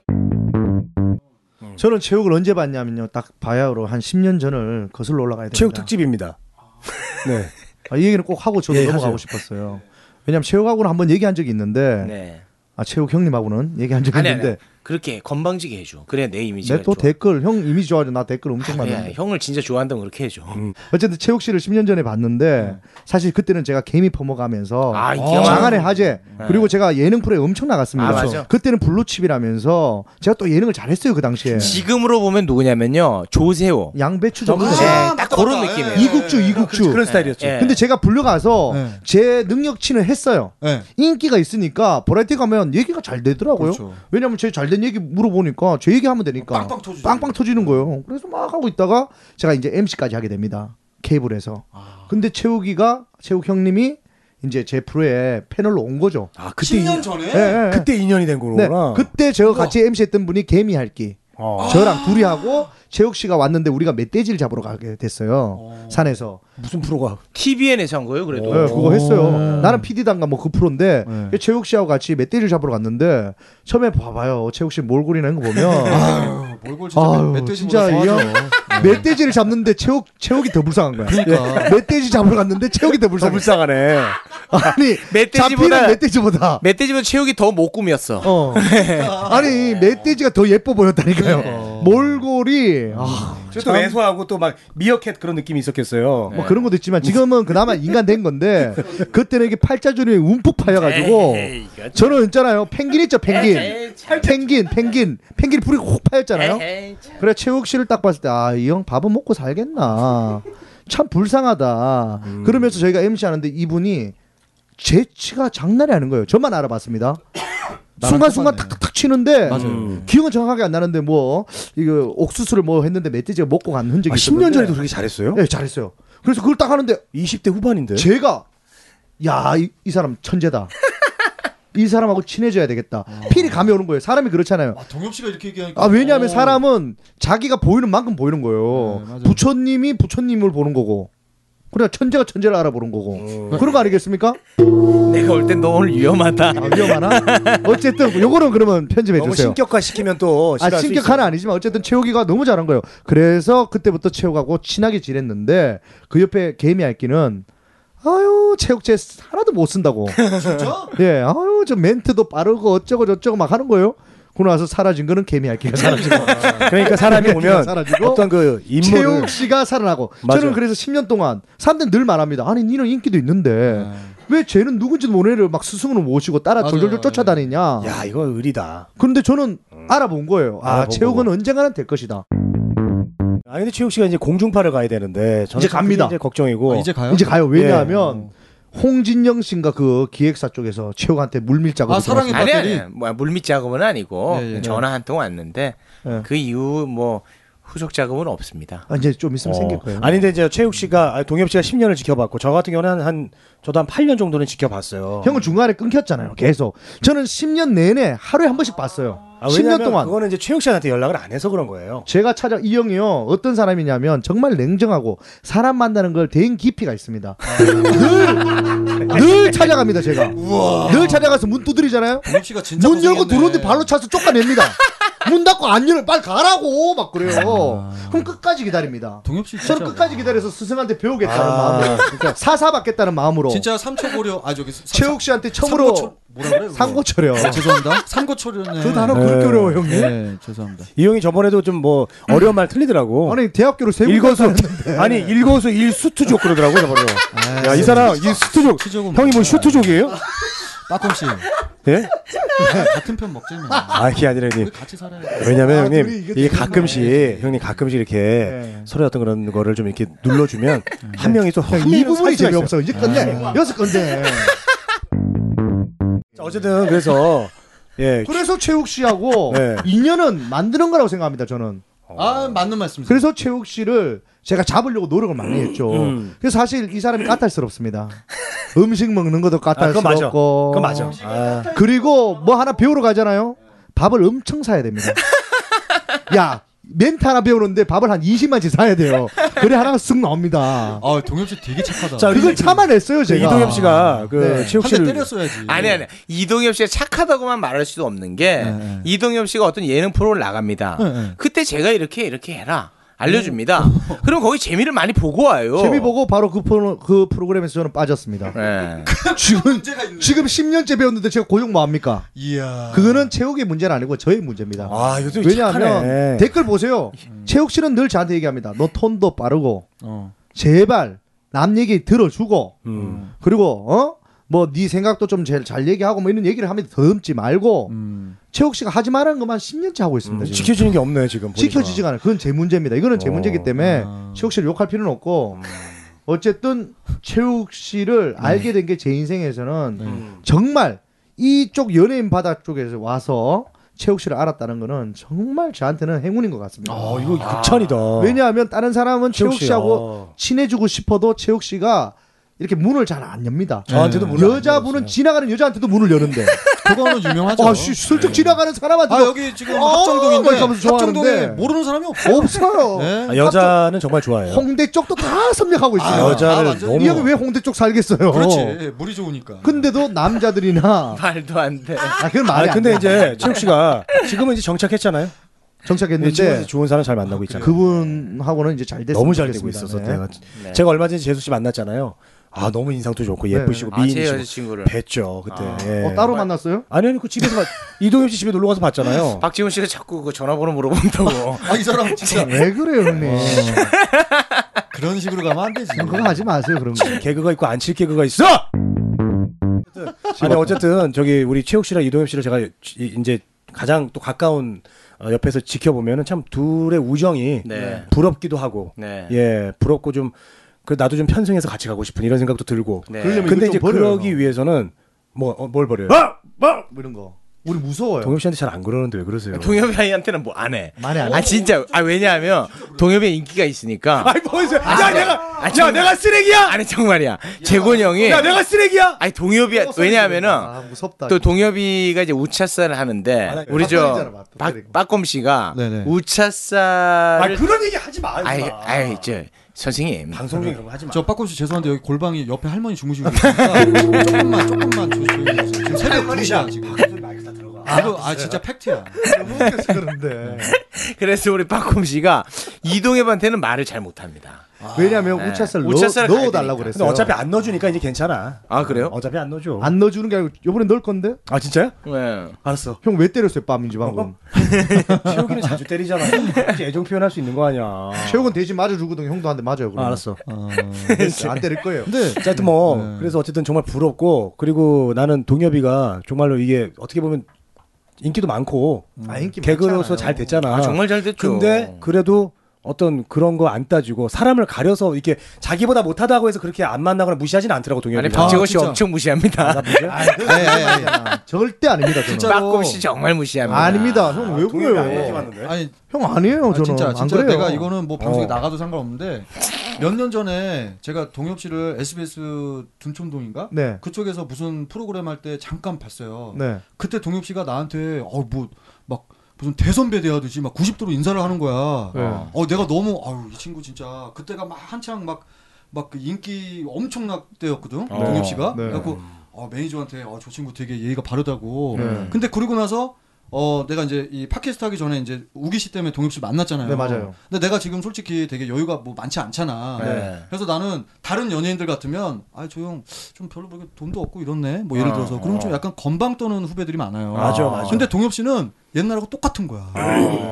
Speaker 5: 저는 체육을 언제 봤냐면요. 딱 바야흐로 한 10년 전을 거슬러 올라가야 됩니다.
Speaker 3: 최욱 특집입니다. 네.
Speaker 5: 아, 이 얘기는 꼭 하고 저도
Speaker 3: 예,
Speaker 5: 넘어가고
Speaker 3: 하세요.
Speaker 5: 싶었어요. 왜냐면 체육하고는 한번 얘기한 적이 있는데
Speaker 2: 네.
Speaker 5: 아 체육 형님하고는 얘기한 적이
Speaker 2: 아니 아니
Speaker 5: 있는데
Speaker 2: 그렇게 건방지게 해줘. 그래 내 이미지가
Speaker 5: 내 또
Speaker 2: 좋아.
Speaker 5: 댓글 형 이미지 좋아하죠. 나 댓글 엄청
Speaker 2: 아니야, 네. 예,
Speaker 5: 많은데. 음.
Speaker 2: 형을 진짜 좋아한다면 그렇게 해줘.
Speaker 5: 어쨌든 체육 씨를 10년 전에 봤는데 사실 그때는 제가 개미 퍼먹으면서
Speaker 2: 네. 아, 인기
Speaker 5: 어,
Speaker 2: 많아.
Speaker 5: 장안의 하재 그리고 제가 예능 프로에 엄청 나갔습니다.
Speaker 2: 네. 아, 맞아.
Speaker 5: 그때는 블루칩이라면서 제가 또 예능을 잘했어요 그 당시에
Speaker 2: 네. 지금으로 보면 누구냐면요 조세호.
Speaker 5: 양배추
Speaker 2: 네,
Speaker 5: 정도
Speaker 4: 아,
Speaker 2: 딱
Speaker 4: 맞다,
Speaker 2: 그런
Speaker 4: 맞다.
Speaker 2: 느낌이에요.
Speaker 4: 예.
Speaker 5: 이국주 이국주
Speaker 3: 아, 그런 스타일이었죠.
Speaker 2: 예.
Speaker 5: 근데 제가 불려가서
Speaker 4: 네.
Speaker 5: 제 능력치는 했어요.
Speaker 4: 네.
Speaker 5: 인기가 있으니까 보라이티 가면 얘기가 잘 되더라고요.
Speaker 4: 그렇죠.
Speaker 5: 왜냐면 제 잘된 얘기 물어보니까 제 얘기하면 되니까
Speaker 4: 빵빵 터지죠.
Speaker 5: 는 거예요. 그래서 막 하고 있다가 제가 이제 MC까지 하게 됩니다. 케이블에서.
Speaker 4: 아.
Speaker 5: 근데 채욱이가 채욱 형님이 이제 제 프로에 패널로 온 거죠.
Speaker 3: 아, 그때,
Speaker 4: 10년
Speaker 3: 이,
Speaker 4: 전에
Speaker 5: 예, 예, 예.
Speaker 3: 그때 인연이 된 거구나.
Speaker 5: 네, 그때 제가 같이 MC 했던 분이 개미 할기.
Speaker 3: 어.
Speaker 5: 저랑 둘이 하고 채욱 씨가 왔는데 우리가 멧돼지를 잡으러 가게 됐어요. 산에서.
Speaker 3: 무슨 프로가.
Speaker 2: TVN에서 한 거예요, 그래도.
Speaker 5: 예, 그거 했어요.
Speaker 4: 네.
Speaker 5: 나는 PD단가 뭐 그 프로인데
Speaker 4: 네.
Speaker 5: 그 최욱 씨하고 같이 멧돼지를 잡으러 갔는데 처음에 봐봐요. 최욱 씨 몰골이나 는거 보면
Speaker 4: <laughs> 아유, 몰골 진짜
Speaker 5: 아유,
Speaker 4: 멧돼지
Speaker 5: 진짜 이 형. <laughs> 멧돼지를 잡는데 최욱 최욱이 더 불쌍한 거야.
Speaker 4: 그러니까.
Speaker 5: 예, 멧돼지 잡으러 갔는데 최욱이 더
Speaker 3: 더
Speaker 5: 불쌍해.
Speaker 3: 불쌍하네.
Speaker 5: <laughs> 아니
Speaker 2: 멧돼지보다-
Speaker 5: 잡히는 멧돼지보다.
Speaker 2: 멧돼지보다 체육이 더 못 꾸몄어.
Speaker 4: <laughs>
Speaker 5: 어.
Speaker 4: 네.
Speaker 5: 아니 멧돼지가 더 예뻐 보였다니까요. 몰골이 아,
Speaker 3: 저도 외소하고 또 막 미어캣 그런 느낌이 있었겠어요.
Speaker 2: 네.
Speaker 5: 뭐 그런 것도 있지만 지금은 그나마 인간 된
Speaker 2: <laughs>
Speaker 5: 건데 그때는 이게 팔자주름이 움푹 파여가지고
Speaker 2: 에이, 이거 참.
Speaker 5: 저는 있잖아요 펭귄 있죠 펭귄
Speaker 2: 에이, 참.
Speaker 5: 펭귄 펭귄 펭귄 불이 확 파였잖아요
Speaker 2: 에헤이, 참.
Speaker 5: 그래 최욱 씨를 딱 봤을 때 아 이 형 밥은 먹고 살겠나 참 불쌍하다
Speaker 2: 음.
Speaker 5: 그러면서 저희가 MC 하는데 이분이 재치가 장난이 아닌 거예요
Speaker 2: <coughs>
Speaker 5: 저만 알아봤습니다 순간순간
Speaker 4: 똑같네.
Speaker 5: 탁탁탁 치는데
Speaker 4: 맞아요.
Speaker 5: 기억은 정확하게 안 나는데 뭐 이거 옥수수를 뭐 했는데 멧돼지가 먹고 간 흔적이
Speaker 3: 아, 10년
Speaker 5: 있었는데
Speaker 3: 전에도 그렇게 잘했어요? 네.
Speaker 5: 예, 잘했어요. 그래서 그걸 딱 하는데
Speaker 3: 20대 네. 후반인데.
Speaker 5: 제가 야, 이, 이 사람 천재다. 이 사람하고 친해져야 되겠다. 필이 감이 오는 거예요. 사람이 그렇잖아요.
Speaker 4: 아, 동엽 씨가 이렇게 얘기하니까
Speaker 5: 아, 왜냐하면
Speaker 4: 어.
Speaker 5: 사람은 자기가 보이는 만큼 보이는 거예요.
Speaker 4: 네, 맞아요.
Speaker 5: 부처님이 부처님을 보는 거고 그러니까 천재가 천재를 알아보는 거고 그런 거 아니겠습니까?
Speaker 2: 내가 올 땐 너 오늘 위험하다.
Speaker 5: 아, 위험하나? 어쨌든 요거는 그러면 편집해
Speaker 3: 너무
Speaker 5: 주세요.
Speaker 3: 신격화 시키면 또
Speaker 5: 아
Speaker 3: 싫어할 수
Speaker 5: 신격화는
Speaker 3: 있어요.
Speaker 5: 아니지만 어쨌든 채우기가 너무 잘한 거예요. 그래서 그때부터 채우하고 친하게 지냈는데 그 옆에 개미 알기는 아유 체육제 하나도
Speaker 3: <laughs>
Speaker 5: 못 쓴다고.
Speaker 4: 진짜?
Speaker 5: 예, 아유 저 멘트도 빠르고 어쩌고 저쩌고 막 하는 거예요. 그러고 나서 사라진 거는 개미 알기가 사라지고
Speaker 3: 그러니까
Speaker 5: <laughs>
Speaker 3: 사람이 보면
Speaker 5: 사라지고
Speaker 3: 어떤 그 <laughs> 인물을
Speaker 5: 채욱 씨가 살아나고
Speaker 3: 맞아요.
Speaker 5: 저는 그래서 10년 동안 사람들 늘 말합니다. 아니 니는 인기도 있는데
Speaker 3: 아.
Speaker 5: 왜 쟤는 누군지도 모르를 막 스승으로 모시고 따라
Speaker 4: 맞아요.
Speaker 5: 돌돌돌 쫓아다니냐.
Speaker 3: 야 이거 의리다.
Speaker 5: 그런데 저는 알아본 거예요. 아,
Speaker 3: 알아본
Speaker 5: 체육은 언젠가는 될 것이다.
Speaker 3: 아 근데 최욱 씨가 이제 공중파를 가야 되는데 저는
Speaker 5: 이제
Speaker 3: 참
Speaker 5: 갑니다.
Speaker 3: 그게 이제 걱정이고
Speaker 4: 아, 이제 가요? 예.
Speaker 5: 이제 가요. 왜냐하면 홍진영 씨인가 그 기획사 쪽에서 체육한테 물밀 작업을
Speaker 4: 아, 사랑의
Speaker 5: 들어갔어요.
Speaker 2: 아니
Speaker 4: 배터리?
Speaker 2: 아니 뭐 물밑 작업은 아니고
Speaker 4: 예, 예.
Speaker 2: 전화 한 통 왔는데
Speaker 5: 예.
Speaker 2: 그 이후 뭐 후속 작업은 없습니다.
Speaker 5: 아, 이제 좀 있으면
Speaker 3: 어.
Speaker 5: 생길 거예요.
Speaker 3: 아니 근데 이제 최욱 씨가 아니, 동엽 씨가 10년을 지켜봤고 저 같은 경우는 한, 한 저도 한 8년 정도는 지켜봤어요.
Speaker 5: 형은 중간에 끊겼잖아요. 계속. 저는 10년 내내 하루에 한 번씩 봤어요.
Speaker 3: 아,
Speaker 5: 10년
Speaker 3: 왜냐면
Speaker 5: 동안.
Speaker 3: 그거는 이제 최욱 씨한테 연락을 안 해서 그런
Speaker 5: <laughs>
Speaker 3: 거예요.
Speaker 5: 제가 찾아 이 형이요 어떤 사람이냐면 정말 냉정하고 사람 만나는 걸 대인 깊이가 있습니다.
Speaker 4: 아.
Speaker 5: 늘 늘 찾아갑니다 제가. 늘 찾아가서 문 두드리잖아요.
Speaker 4: 눈치가 진짜
Speaker 5: 문 열고
Speaker 4: 고생했네.
Speaker 5: 들어오는데 발로 차서 쫓아냅니다. 문 닫고 안 열어 빨리 가라고 막 그래요.
Speaker 4: 아.
Speaker 5: 그럼 끝까지 기다립니다.
Speaker 4: 동엽 씨 진짜
Speaker 5: 저는 끝까지 그렇죠. 기다려서 스승한테 배우겠다는
Speaker 3: 아,
Speaker 5: 마음으로
Speaker 3: 그러니까
Speaker 5: <laughs> 사사 받겠다는 마음으로
Speaker 4: 진짜 삼초고려 아 저기
Speaker 5: 최욱 씨한테
Speaker 4: 삼고초
Speaker 5: 처음으로
Speaker 4: 뭐라 그래?
Speaker 5: 상고철이요.
Speaker 3: 네.
Speaker 4: 죄송합니다. 삼고초려네.
Speaker 5: 그 단어 그렇게 어려워 형님.
Speaker 4: 네, 죄송합니다.
Speaker 3: 이 형이 저번에도 좀 뭐 어려운 말 틀리더라고.
Speaker 5: 아니 대학교를 세 군데
Speaker 3: 일거수
Speaker 5: 다녔는데.
Speaker 3: 아니 일거수 일수트족 그러더라고 저번에. 야이 사람 이 수트족
Speaker 4: 수트족은
Speaker 3: 형이 뭐
Speaker 4: 뭐야?
Speaker 3: 슈트족이에요?
Speaker 4: 빠꼼 씨
Speaker 3: 예?
Speaker 4: 같은 편 먹자면
Speaker 3: 아 이게 아니라 형님
Speaker 4: 우리 같이 살아야 돼.
Speaker 3: 왜냐면
Speaker 5: 아,
Speaker 3: 형님
Speaker 5: 둘이 이게
Speaker 3: 이게 가끔씩 형님 가끔씩 이렇게
Speaker 5: 네.
Speaker 3: 서로 어떤 그런 거를 좀 이렇게 눌러주면 한 명이 또
Speaker 5: 그냥
Speaker 3: 한
Speaker 5: 그러니까
Speaker 3: 네. 명이 살
Speaker 5: 이 부분이
Speaker 3: 수가 있어요.
Speaker 5: 재미없어. 이제 끝내. 여섯 건데.
Speaker 3: 네. 자, 어쨌든 그래서 예
Speaker 5: 그래서 최욱 씨하고
Speaker 3: 네. 음.
Speaker 5: 인연은 만드는 거라고 생각합니다. 저는.
Speaker 4: 아 맞는 말씀이세요.
Speaker 5: 그래서 최욱 씨를 제가 잡으려고 노력을 많이 했죠.
Speaker 3: 음.
Speaker 5: 그래서 사실 이 사람이
Speaker 3: <laughs>
Speaker 5: 까탈스럽습니다. 음식 먹는 것도
Speaker 3: 아, 그거 맞아.
Speaker 5: 까탈스럽고.
Speaker 3: 그거 맞아. 아,
Speaker 5: 그리고 뭐 하나 배우러 가잖아요. 밥을 엄청 사야 됩니다. 야 멘트 하나 배우는데 밥을 한 20만씩 사야 돼요. 그래 하나가 쓱 나옵니다.
Speaker 4: 아 동엽 씨 되게 착하다.
Speaker 3: 자,
Speaker 5: 그걸 참아냈어요
Speaker 3: 그
Speaker 5: 제가.
Speaker 3: 이동엽 씨가 그
Speaker 5: 네.
Speaker 3: 최욱
Speaker 4: 한 대
Speaker 3: 씨를
Speaker 4: 때렸어야지.
Speaker 2: 아니 아니 이동엽 씨가 착하다고만 말할 수도 없는 게
Speaker 4: 네.
Speaker 2: 이동엽 씨가 어떤 예능 프로를 나갑니다.
Speaker 4: 네, 네.
Speaker 2: 그때 제가 이렇게 이렇게 해라 알려줍니다. 그럼 거기 재미를 많이 보고 와요.
Speaker 5: 재미 보고 바로 그, 프로, 그 프로그램에서 저는 빠졌습니다.
Speaker 3: 네.
Speaker 2: 예. <laughs>
Speaker 5: 지금
Speaker 4: 문제가 있네.
Speaker 5: 지금 10년째 배웠는데 제가 고용 뭐합니까?
Speaker 4: 이야.
Speaker 5: 그거는 체육의 문제는 아니고 저의 문제입니다.
Speaker 3: 아 요즘
Speaker 5: 왜냐하면
Speaker 3: 착하네.
Speaker 5: 댓글 보세요. 체육 씨는 늘 저한테 얘기합니다. 너 톤도 빠르고
Speaker 4: 어.
Speaker 5: 제발 남 얘기 들어주고
Speaker 3: 음.
Speaker 5: 그리고 어? 뭐 네 생각도 좀 제일 잘 얘기하고 뭐 이런 얘기를 하면 더듬지 말고
Speaker 4: 음.
Speaker 5: 체육 씨가 하지 말라는 것만 10년째 하고 있습니다.
Speaker 3: 음,
Speaker 5: 지금.
Speaker 3: 지켜주는 게 없네 지금 보니까.
Speaker 5: 지켜지지가 않아요. 그건 제 문제입니다. 이거는 제
Speaker 3: 어. 음.
Speaker 5: 문제이기 때문에
Speaker 4: 아.
Speaker 5: 체육 씨를 욕할 필요는 없고 어쨌든 체육 씨를
Speaker 3: 네.
Speaker 5: 알게 된 게 제 인생에서는 정말 이쪽 연예인 바닥 쪽에서 와서 체육 씨를 알았다는 거는 정말 저한테는 행운인 것 같습니다.
Speaker 3: 아 이거 극찬이다.
Speaker 5: 왜냐하면 다른 사람은 체육
Speaker 3: 체육 어. 씨,
Speaker 5: 씨하고
Speaker 3: 아.
Speaker 5: 친해지고 싶어도 체육 씨가 이렇게 문을 잘 안 엽니다.
Speaker 3: 저한테도 문을 안
Speaker 5: 여자분은 지나가는 여자한테도 문을
Speaker 3: <laughs>
Speaker 5: 여는데
Speaker 4: 그거는 유명하죠.
Speaker 5: 아,
Speaker 3: 네.
Speaker 5: 씨, 슬쩍 지나가는 사람한테
Speaker 4: 아 여기 지금
Speaker 5: 아,
Speaker 4: 합정동인데
Speaker 5: 막 하면서 좋아하는데.
Speaker 4: 합정동에 모르는 사람이 없어.
Speaker 5: 없어요.
Speaker 4: <laughs> 네.
Speaker 3: 아, 여자는 정말 좋아해요.
Speaker 5: 홍대 쪽도 다 섭렵하고 있어요.
Speaker 3: 아, 여자를
Speaker 4: 아, 완전-
Speaker 5: 이
Speaker 3: 너무
Speaker 5: 형이 왜 홍대 쪽 살겠어요?
Speaker 4: 그렇지. 물이 좋으니까.
Speaker 5: 근데도
Speaker 4: <laughs>
Speaker 5: 남자들이나
Speaker 2: 말도 안 돼.
Speaker 5: 아 그건
Speaker 3: 아
Speaker 5: 말이 안
Speaker 3: 근데
Speaker 5: 돼.
Speaker 3: 이제 최욱 씨가 지금은 이제 정착했잖아요. 근데 지금
Speaker 5: 정착했는데
Speaker 3: 좋은 사람 잘 만나고 있잖아요.
Speaker 5: 그분하고는 이제 잘
Speaker 3: 네,
Speaker 5: 됐으면
Speaker 3: 너무 잘 되고
Speaker 5: 좋겠습니다.
Speaker 3: 있었어.
Speaker 5: 네. 네.
Speaker 3: 내가
Speaker 2: 네.
Speaker 3: 제가 얼마 전에 재수 씨 만났잖아요. 아 너무 인상도 좋고 예쁘시고
Speaker 2: 아, 제
Speaker 3: 미인이시고
Speaker 2: 여자친구를
Speaker 3: 뵀죠 그때.
Speaker 2: 아.
Speaker 3: 예.
Speaker 5: 어, 따로 만났어요?
Speaker 3: 아니 아니 그 집에서 봤- 이동엽 씨 집에 놀러 가서
Speaker 5: <laughs>
Speaker 3: 봤잖아요.
Speaker 2: 박지훈 씨가 자꾸 그 전화번호 <laughs> 물어본다고.
Speaker 4: 아 이 사람
Speaker 3: 네.
Speaker 4: 진짜
Speaker 5: 왜 그래요 형님?
Speaker 3: 어.
Speaker 4: 그런 식으로 가면 안 되지.
Speaker 5: <laughs> 그거 하지 마세요 그런 거.
Speaker 3: 개그가 있고 안 칠 개그가 있어. 아니 어쨌든 저기 우리 최욱 씨랑 이동엽 씨를 제가 이- 이제 가장 또 가까운 어, 옆에서 지켜보면은 참 둘의 우정이
Speaker 2: 네.
Speaker 3: 부럽기도 하고
Speaker 2: 네.
Speaker 3: 예 부럽고 좀 그 나도 좀 편승해서 같이 가고 싶은 이런 생각도 들고
Speaker 2: 네.
Speaker 5: 그러려면 이거
Speaker 3: 근데
Speaker 5: 좀
Speaker 3: 이제
Speaker 5: 버려요,
Speaker 3: 그러기
Speaker 5: 형.
Speaker 3: 위해서는 뭐 뭘 버려요?
Speaker 5: 뭐 이런 거. 우리 무서워요.
Speaker 3: 어, 동엽 씨한테 잘 안 그러는데 왜 그러세요?
Speaker 2: 동엽이 아이한테는 뭐 안 해.
Speaker 5: 말이 안 해.
Speaker 2: 아 진짜. 아 왜냐하면 동엽이 인기가 있으니까.
Speaker 3: 아니 뭐야? 야
Speaker 2: 진짜.
Speaker 3: 내가
Speaker 2: 아,
Speaker 3: 야
Speaker 2: 정말.
Speaker 3: 내가 쓰레기야.
Speaker 2: 아니 정말이야. 재곤 형이.
Speaker 3: 야 내가 쓰레기야.
Speaker 2: 아니 동엽이
Speaker 5: 아,
Speaker 2: 왜냐하면은
Speaker 5: 무섭다.
Speaker 2: 또 동엽이가 이제 우차사를 하는데 우리
Speaker 5: 맞벌이잖아,
Speaker 2: 저
Speaker 5: 맞벌이.
Speaker 2: 박- 박검 씨가
Speaker 4: 네네.
Speaker 3: 아
Speaker 2: 우차사를
Speaker 3: 그런 얘기 하지 마.
Speaker 2: 아이
Speaker 3: 임마.
Speaker 2: 아이 저 선생님
Speaker 3: 방송 중에 그런 거 하지 마.
Speaker 4: 저 빠꼼 씨 죄송한데 여기 골방이 옆에 할머니 주무시고 있으니까 조금만 조금만 조- 조용히 해주세요. 지금 새벽 2시야 지금.
Speaker 3: 마이크 다 들어가.
Speaker 4: 아, 이거 아 진짜 팩트야.
Speaker 5: 너무 웃겨서 그런데.
Speaker 2: 그래서 우리 박검 씨가 이동엽한테는 말을 잘 못합니다.
Speaker 5: 왜냐면
Speaker 2: 네.
Speaker 5: 우차사를
Speaker 2: 우차사를
Speaker 5: 넣어,
Speaker 2: 가야
Speaker 5: 넣어달라고
Speaker 2: 되니까.
Speaker 5: 그랬어요.
Speaker 3: 근데 어차피 안 넣어주니까 이제 괜찮아.
Speaker 2: 아 그래요?
Speaker 3: 어차피 안 넣어줘.
Speaker 5: 안 넣어주는 게 아니고 요번에 넣을 건데?
Speaker 3: 아 진짜요?
Speaker 2: 네.
Speaker 3: 알았어.
Speaker 5: 형 왜 때렸어요 음.
Speaker 3: <laughs>
Speaker 5: 빰인지 방금.
Speaker 3: 최욱이는 자주 때리잖아. 혹시 애정 표현할 수 있는 거 아니야.
Speaker 5: 최욱은 대신 맞아주거든 형도 한 대 맞아요.
Speaker 3: 아, 알았어.
Speaker 5: <laughs>
Speaker 4: 어.
Speaker 5: 안 때릴 거예요.
Speaker 4: 근데
Speaker 3: 자, 하여튼 뭐 그래서 어쨌든 정말 부럽고 그리고 나는 동엽이가 정말로 이게 어떻게 보면 인기도 많고
Speaker 5: 아, 인기
Speaker 3: 개그로서
Speaker 5: 많잖아요.
Speaker 3: 잘 됐잖아.
Speaker 2: 아, 정말 잘 됐죠.
Speaker 3: 근데 그래도 어떤 그런 거 안 따지고 사람을 가려서 이렇게 자기보다 못하다고 해서 그렇게 안 만나거나 무시하진 않더라고 동엽이가.
Speaker 2: 아니 박재호 씨
Speaker 4: 진짜.
Speaker 2: 엄청 무시합니다.
Speaker 5: 아이, 네, 그건 아니잖아. 절대 아닙니다 저는.
Speaker 4: 진짜.
Speaker 2: 박검 씨 정말 무시합니다.
Speaker 5: 아닙니다. 형 왜 그래요?
Speaker 3: 봤는데.
Speaker 4: 아니
Speaker 5: 형 아니에요
Speaker 4: 아,
Speaker 5: 저는.
Speaker 4: 진짜
Speaker 5: 안
Speaker 4: 진짜
Speaker 5: 그래요.
Speaker 4: 내가 이거는 뭐 방송에
Speaker 3: 어.
Speaker 4: 나가도 상관없는데 몇 년 전에 제가 동엽 씨를 SBS 둔촌동인가
Speaker 5: 네.
Speaker 4: 그쪽에서 무슨 프로그램 할 때 잠깐 봤어요.
Speaker 5: 네.
Speaker 4: 그때 동엽 씨가 나한테 어뭐막 무슨 대선배 대하듯이 막 90도로 인사를 하는 거야.
Speaker 5: 네.
Speaker 4: 어 내가 너무 아유 이 친구 진짜 그때가 막 한창 막 막그 인기 엄청날 때였거든
Speaker 2: 어.
Speaker 4: 동엽 씨가.
Speaker 5: 네.
Speaker 4: 그래갖고 어, 매니저한테 어, 저 친구 되게 예의가 바르다고.
Speaker 5: 네.
Speaker 4: 근데 그러고 나서 어 내가 이제 이 팟캐스트 하기 전에 이제 우기 씨 때문에 동엽 씨 만났잖아요.
Speaker 5: 네, 맞아요.
Speaker 4: 근데 내가 지금 솔직히 되게 여유가 뭐 많지 않잖아.
Speaker 2: 네.
Speaker 4: 그래서 나는 다른 연예인들 같으면 아 조용 좀 별로 그렇게 돈도 없고 이렇네. 뭐 예를
Speaker 2: 어,
Speaker 4: 들어서 그럼 좀
Speaker 2: 어.
Speaker 4: 약간 건방 떠는 후배들이 많아요.
Speaker 3: 맞아, 맞아.
Speaker 4: 근데 동엽 씨는 옛날하고 똑같은 거야.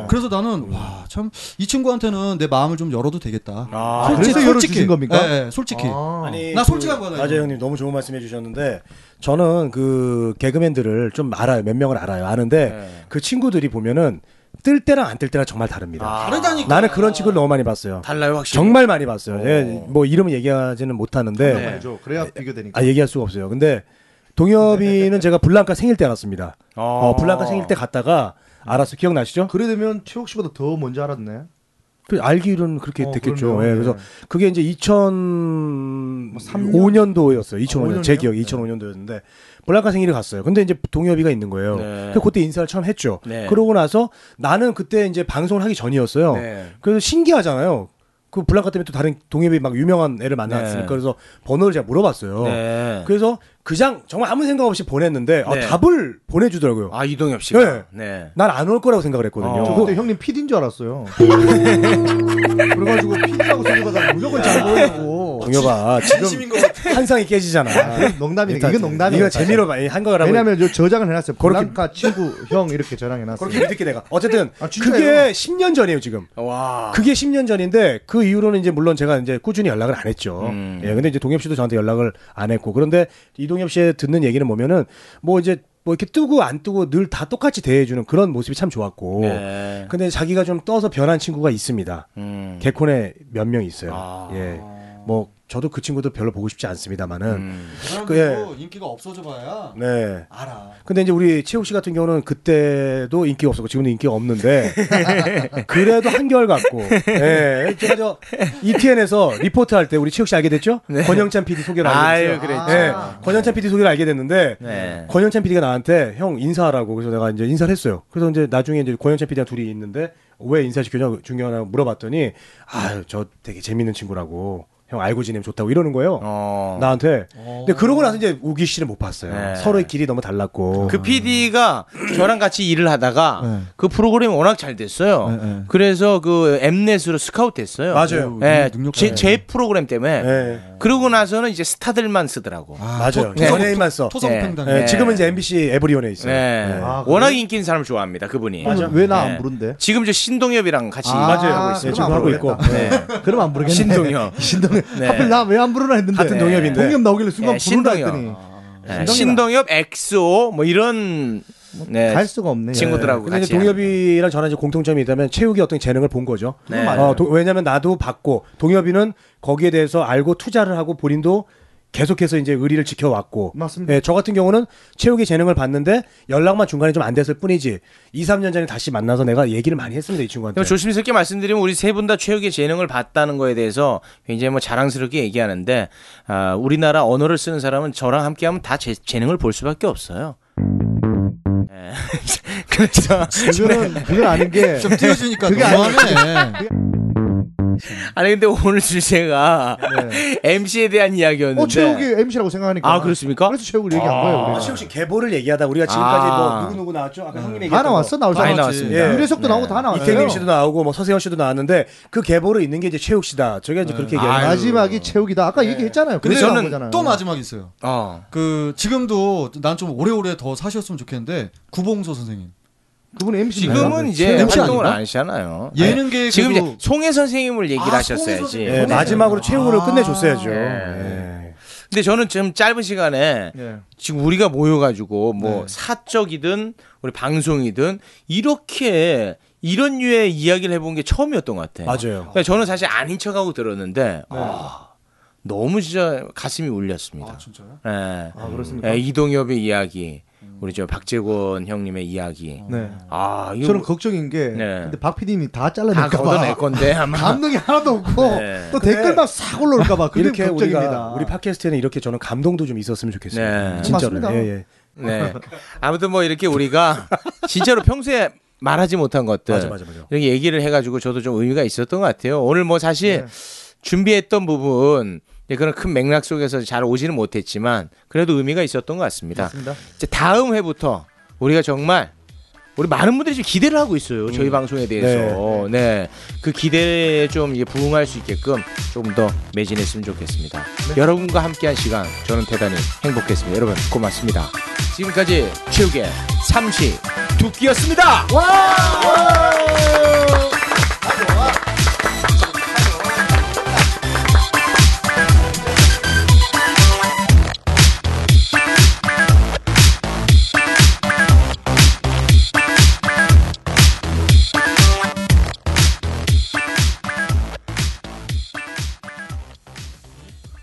Speaker 4: 그래서 나는 와 참 이 친구한테는 내 마음을 좀 열어도 되겠다.
Speaker 2: 아,
Speaker 5: 그래서 열어주신 겁니까?
Speaker 4: 예, 예, 솔직히.
Speaker 5: 아.
Speaker 3: 아니,
Speaker 4: 나 솔직한 거잖아요.
Speaker 3: 어. 맞아요, 형님. 너무 좋은 말씀 해주셨는데, 저는 그 개그맨들을 좀 알아요. 몇 명을 알아요. 아는데,
Speaker 2: 네.
Speaker 3: 그 친구들이 보면은, 뜰 때랑 안 뜰 때랑 정말
Speaker 4: 아,
Speaker 3: 다릅니다.
Speaker 4: 다르다니까.
Speaker 3: 나는 그런 친구를 너무 많이 봤어요.
Speaker 2: 달라요 확실히.
Speaker 3: 정말 많이 봤어요. 예,
Speaker 2: 어.
Speaker 3: 뭐 이름은 얘기하지는 못하는데,
Speaker 2: 네.
Speaker 5: 알죠. 그래야 비교되니까.
Speaker 3: 아, 얘기할 수가 없어요. 근데, 동엽이는 제가 블랑카 생일 때 알았습니다. 어, 블랑카 생일 때 갔다가, 알았어. 기억나시죠?
Speaker 5: 그래 되면 최욱 씨보다 더 먼저 알았네.
Speaker 3: 그 알기로는 그렇게
Speaker 5: 어,
Speaker 3: 됐겠죠.
Speaker 5: 그럼요.
Speaker 3: 예, 그래서 그게 이제 2005년도였어요. 2005년 제
Speaker 5: 오년이요?
Speaker 3: 기억에 2005년도였는데 블랑카 생일에 갔어요. 근데 이제 동엽이가 있는 거예요.
Speaker 2: 네.
Speaker 3: 그래서 그때 인사를 처음 했죠.
Speaker 2: 네.
Speaker 3: 그러고 나서 나는 그때 이제 방송을 하기 전이었어요.
Speaker 2: 네.
Speaker 3: 그래서 신기하잖아요. 그 블랑카 때문에 또 다른 동엽이 막 유명한 애를 만났으니까
Speaker 2: 네.
Speaker 3: 그래서 번호를 제가 물어봤어요.
Speaker 2: 네.
Speaker 3: 그래서 그냥 정말 아무 생각 없이 보냈는데 아,
Speaker 2: 네.
Speaker 3: 답을 보내주더라고요.
Speaker 2: 아 이동엽 씨가. 네.
Speaker 3: 난 안 올 거라고 생각을 했거든요.
Speaker 2: 어.
Speaker 5: 저
Speaker 3: 그거
Speaker 5: 그때 형님 PD인 줄 알았어요. <laughs> 그래가지고 PD라고 소개받아 무조건 잘 보이고.
Speaker 3: 동엽아 지금 환상이 깨지잖아.
Speaker 5: 네. 농담이니까 이건 농담이에요.
Speaker 3: 이거 재미로 많이 한 거라고.
Speaker 5: 왜냐면 저 저장을 해놨어요.
Speaker 3: 그렇게-
Speaker 5: 블랑카 친구 형 이렇게 저장해놨어요.
Speaker 3: 그렇게 믿을게 내가. 어쨌든
Speaker 5: 아, 진짜예요?
Speaker 3: 그게 10년 전이에요 지금.
Speaker 2: 아, 와.
Speaker 3: 그게 10년 전인데 그 이후로는 이제 물론 제가 이제 꾸준히 연락을 안 했죠.
Speaker 2: 음.
Speaker 3: 예, 근데 이제 동엽 씨도 저한테 연락을 안 했고 그런데 이동엽 씨의 듣는 얘기는 보면은 뭐 이제 뭐 이렇게 뜨고 안 뜨고 늘 다 똑같이 대해주는 그런 모습이 참 좋았고.
Speaker 2: 네.
Speaker 3: 근데 자기가 좀 떠서 변한 친구가 있습니다.
Speaker 2: 음.
Speaker 3: 개콘에 몇 명 있어요.
Speaker 2: 아.
Speaker 3: 예, 뭐 저도 그 친구도 별로 보고 싶지 않습니다만은.
Speaker 2: 음.
Speaker 4: 그
Speaker 3: 그, 예.
Speaker 4: 사람들도 인기가 없어져 봐야
Speaker 3: 네.
Speaker 4: 알아.
Speaker 3: 근데 이제 우리 최욱 씨 같은 경우는 그때도 인기가 없었고 지금도
Speaker 2: <laughs>
Speaker 3: 인기가 없는데 그래도 한결 같고 예 제가 저 ETN에서 리포트 할 때 우리 최욱 씨 알게 됐죠
Speaker 2: 네.
Speaker 3: 권영찬 PD 소개를 알게
Speaker 2: 아유
Speaker 3: 됐어요
Speaker 2: 그래.
Speaker 3: 예 권영찬 PD 소개를 알게 됐는데
Speaker 2: 네.
Speaker 3: 권영찬 PD가 나한테 형 인사하라고 그래서 내가 이제 인사를 했어요 그래서 이제 나중에 이제 권영찬 PD랑 둘이 있는데 왜 인사시켜줘 중요하냐고 물어봤더니 아유 저 되게 재밌는 친구라고 형 알고 지내면 좋다고 이러는 거예요
Speaker 2: 어.
Speaker 3: 나한테 근데 그러고 나서 이제 우기 씨를 못 봤어요
Speaker 2: 네.
Speaker 3: 서로의 길이 너무 달랐고
Speaker 2: 그 PD가 저랑 같이 일을 하다가
Speaker 4: 네.
Speaker 2: 그 프로그램이 워낙 잘 됐어요.
Speaker 4: 네, 네.
Speaker 2: 그래서 그 엠넷으로 스카우트했어요.
Speaker 3: 맞아요.
Speaker 2: 예,
Speaker 4: 능력-
Speaker 2: 제, 제 프로그램 때문에.
Speaker 3: 네.
Speaker 2: 그러고 나서는 이제 스타들만 쓰더라고.
Speaker 3: 맞아요.
Speaker 2: 토-
Speaker 3: 연예인만 써.
Speaker 4: 토성팽당.
Speaker 3: 예,
Speaker 2: 네.
Speaker 3: 지금은 이제 MBC 에브리온에 있어요.
Speaker 2: 네.
Speaker 3: 예.
Speaker 5: 아, 그래요?
Speaker 2: 워낙 인기 있는 사람을 좋아합니다. 그분이.
Speaker 3: 음.
Speaker 5: 왜 나 안
Speaker 2: 네.
Speaker 5: 부른데?
Speaker 2: 지금 저 신동엽이랑 같이
Speaker 5: 맞아요.
Speaker 2: 하고
Speaker 3: 예,
Speaker 2: 있어요.
Speaker 3: 지금
Speaker 5: 그럼
Speaker 3: 하고
Speaker 5: 안
Speaker 3: 있고.
Speaker 2: 네.
Speaker 5: 그럼 안 부르겠네.
Speaker 2: 신동엽.
Speaker 5: <laughs> 신동엽.
Speaker 2: 네.
Speaker 5: 하필 나 왜 안 부르나 했는데.
Speaker 3: 같은 동엽인데.
Speaker 5: 동엽 나오길래 순간
Speaker 2: 네,
Speaker 5: 부른다
Speaker 2: 신동엽.
Speaker 5: 했더니
Speaker 2: 네.
Speaker 5: 신동엽.
Speaker 2: 신동엽, 엑소 뭐 이런 네.
Speaker 5: 갈 수가 없네.
Speaker 2: 친구들하고
Speaker 3: 근데
Speaker 2: 같이.
Speaker 3: 이제 동엽이랑 저랑 이제 공통점이 있다면 채욱이 어떤 재능을 본 거죠.
Speaker 2: 네.
Speaker 3: 어, 도- 왜냐면 나도 봤고 동엽이는 거기에 대해서 알고 투자를 하고 본인도 계속해서 이제 의리를 지켜왔고
Speaker 5: 맞습니다.
Speaker 3: 예, 저 같은 경우는 체육의 재능을 봤는데 연락만 중간에 좀 안 됐을 뿐이지 2, 3년 전에 다시 만나서 내가 얘기를 많이 했습니다 이 친구한테.
Speaker 2: 그럼 조심스럽게 말씀드리면 우리 세 분 다 최욱의 재능을 봤다는 거에 대해서 굉장히 뭐 자랑스럽게 얘기하는데 아, 우리나라 언어를 쓰는 사람은 저랑 함께하면 다 제, 재능을 볼 수밖에 없어요. 예. <laughs> 그래서
Speaker 5: 그거는
Speaker 2: 네.
Speaker 5: <laughs> 그건 아닌 게
Speaker 4: 좀 띄워주니까
Speaker 5: 그게
Speaker 4: 너무하네.
Speaker 2: 아니 근데 오늘 주제가 <laughs> MC에 대한 이야기였는데
Speaker 5: 어 최욱이 MC라고 생각하니까
Speaker 2: 아 그렇습니까?
Speaker 5: 그래서 최욱을 얘기한 거예요.
Speaker 3: 아,
Speaker 5: 우리가.
Speaker 3: 최욱 씨 계보를 얘기하다 우리가 지금까지
Speaker 2: 아.
Speaker 3: 뭐 누구 누구 나왔죠? 아까 형님 얘기
Speaker 5: 다 나왔어 나올
Speaker 2: 많이
Speaker 5: 사람
Speaker 2: 나왔습니다. 네.
Speaker 3: 예.
Speaker 5: 유래석도 나오고 다 나왔어요.
Speaker 3: 이태경 씨도 나오고 뭐 서세현 씨도 나왔는데 그 계보로 있는 게 이제 최욱 씨다. 저게 이제
Speaker 5: 음.
Speaker 3: 그렇게 얘기하는 거예요.
Speaker 5: 마지막이 최욱이다. 아까 얘기했잖아요.
Speaker 2: 네. 근데
Speaker 5: 그래서
Speaker 2: 저는
Speaker 5: 나온 거잖아요.
Speaker 4: 또 마지막 있어요.
Speaker 2: 어.
Speaker 4: 그 지금도 난 좀 오래오래 더 사셨으면 좋겠는데 구봉소 선생님.
Speaker 5: 그분 MC 인가요? 네.
Speaker 2: 지금은 이제
Speaker 4: MC
Speaker 2: 활동을
Speaker 4: 네. 아닌가?
Speaker 2: 안 하시잖아요. 네.
Speaker 4: 예능계에
Speaker 2: 지금
Speaker 4: 그래도-
Speaker 2: 이제 송혜 선생님을 얘기를
Speaker 4: 아, 송혜
Speaker 2: 하셨어야지. 네.
Speaker 4: 선생님.
Speaker 5: 네.
Speaker 3: 예, 마지막으로 최욱으로
Speaker 4: 아.
Speaker 3: 끝내줬어야죠.
Speaker 2: 예.
Speaker 3: 예.
Speaker 2: 근데 저는 지금 짧은 시간에
Speaker 5: 예.
Speaker 2: 지금 우리가 모여가지고
Speaker 4: 네.
Speaker 2: 뭐 사적이든 우리 방송이든 이렇게 이런 류의 이야기를 해본 게 처음이었던 것 같아요.
Speaker 3: 맞아요.
Speaker 2: 그러니까 저는 사실 아닌 척하고
Speaker 4: 네.
Speaker 2: 들었는데 아, 너무 진짜 가슴이 울렸습니다.
Speaker 4: 아, 진짜요?
Speaker 2: 예.
Speaker 5: 아 그렇습니까?
Speaker 4: 그러니까.
Speaker 2: 예, 이동엽의 이야기, 우리 저 박재권 형님의 이야기.
Speaker 4: 음.
Speaker 5: 네.
Speaker 2: 아, 이거
Speaker 5: 저는 걱정인 게
Speaker 2: 네.
Speaker 5: 근데 박 PD님이 다
Speaker 2: 다
Speaker 5: 잘라낼까
Speaker 2: 걷어낼
Speaker 5: 봐.
Speaker 2: 건데 아마.
Speaker 5: 감동이 하나도 없고
Speaker 2: 네.
Speaker 5: 또
Speaker 3: 근데
Speaker 5: 댓글 막 싹 올라올까 봐. 그게
Speaker 3: 이렇게
Speaker 5: 걱정입니다.
Speaker 3: 우리가 우리 팟캐스트에는 이렇게 저는 감동도 좀 있었으면 좋겠습니다.
Speaker 2: 네.
Speaker 3: 진짜로.
Speaker 5: 맞습니다.
Speaker 3: 예, 예.
Speaker 2: 네. 아무튼 뭐 이렇게 우리가 진짜로 평소에 말하지 못한 것들
Speaker 3: 맞아, 맞아, 맞아.
Speaker 2: 이렇게 얘기를 해가지고 저도 좀 의미가 있었던 것 같아요. 오늘 뭐
Speaker 3: 네.
Speaker 2: 사실 준비했던 부분 예, 그런 큰 맥락 속에서 잘 오지는 못했지만 그래도 의미가 있었던 것 같습니다.
Speaker 5: 맞습니다.
Speaker 2: 이제 다음 회부터 우리가 정말 우리 많은 분들이 지금 기대를 하고 있어요. 저희 방송에 대해서. 네. 그 기대에 좀 이제 부응할 수 있게끔 조금 더 매진했으면 좋겠습니다. 여러분과 함께한 시간 저는 대단히 행복했습니다. 여러분 고맙습니다. 지금까지 최욱의 삼시 두끼였습니다.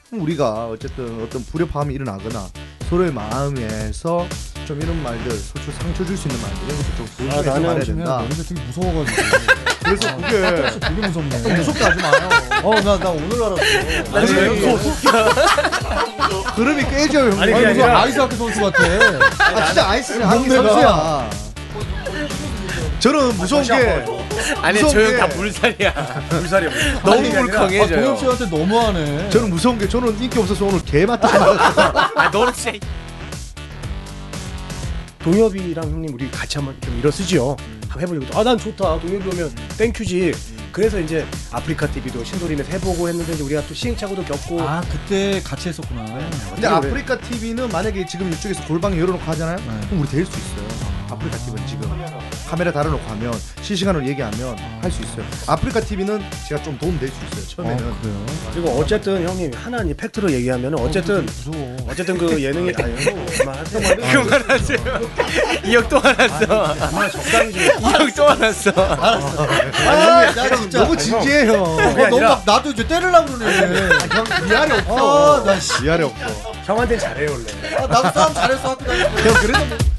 Speaker 5: 그럼 우리가 어쨌든 어떤 불협화음이 일어나거나 서로의 마음에서 좀 이런 말들 소출 상처 줄 수 있는 말들 이런 것도 좀 조심해서 말해야 된다.
Speaker 4: 너네들 되게 무서워가지고.
Speaker 5: <laughs> 그래서 그게
Speaker 4: 되게 무섭네. 무섭게 하지 마요. 어, 나, 나 오늘 알았어.
Speaker 5: 아니, 그름이 깨져요. 형.
Speaker 4: 아니,
Speaker 5: 아니,
Speaker 4: 무슨
Speaker 5: 무슨 아,
Speaker 4: 아이스하키 선수 같아.
Speaker 5: 아, 진짜 아이스 하기
Speaker 4: 몸매가.
Speaker 5: 선수야. 저는 무서운 게
Speaker 2: 아니
Speaker 5: 무서운
Speaker 2: 저형
Speaker 5: 게-
Speaker 2: 다 물살이야.
Speaker 3: 불살이야.
Speaker 2: 너무
Speaker 4: 아, 동엽
Speaker 2: 물컹해져요.
Speaker 4: 씨한테 너무하네.
Speaker 5: 저는 무서운 게 저는 인기 없어서 오늘 개 맞다.
Speaker 2: 아 너는 진짜
Speaker 3: 동엽이랑 형님 우리 같이 한번 좀 일어서지요. 한번 해보려고. 아 난 좋다. 동엽이 오면 땡큐지. 그래서 이제 아프리카 TV도 신도림에서 해보고 했는데 이제 우리가 또 시행착오도 겪고
Speaker 4: 아, 그때 같이 했었구나.
Speaker 5: 근데 아프리카 TV는 만약에 지금 이쪽에서 골방에 열어놓고 하잖아요.
Speaker 4: 네.
Speaker 5: 그럼 우리 될 수 있어요. 아프리카 TV는 지금 카메라 달아놓고 하면 실시간으로 얘기하면 할 수 있어요. 아프리카 TV는 제가 좀 도움 될 수 있어요. 처음에는
Speaker 4: 아, 그래요?
Speaker 3: 그리고 어쨌든 형님 하나 이 팩트로 얘기하면 어쨌든
Speaker 4: 무서워.
Speaker 3: 어쨌든 그 예능이 아니 그만하세요.
Speaker 2: 그만하세요. 이역또 화났어.
Speaker 3: 정말 적당히 좀.
Speaker 2: 이역또 화났어.
Speaker 4: 아, 나 진짜.
Speaker 5: 너무 진지해요. 네.
Speaker 4: 어, 너무 나, 나도 이제 때리려고 그러네.
Speaker 5: 미안해 없어.
Speaker 4: 아, 나 씨.
Speaker 5: 미안해 없어.
Speaker 3: 형한테 잘해요 원래.
Speaker 4: 아, 나도 싸움 잘했어. 학교 다닐 때.
Speaker 5: 형 그래도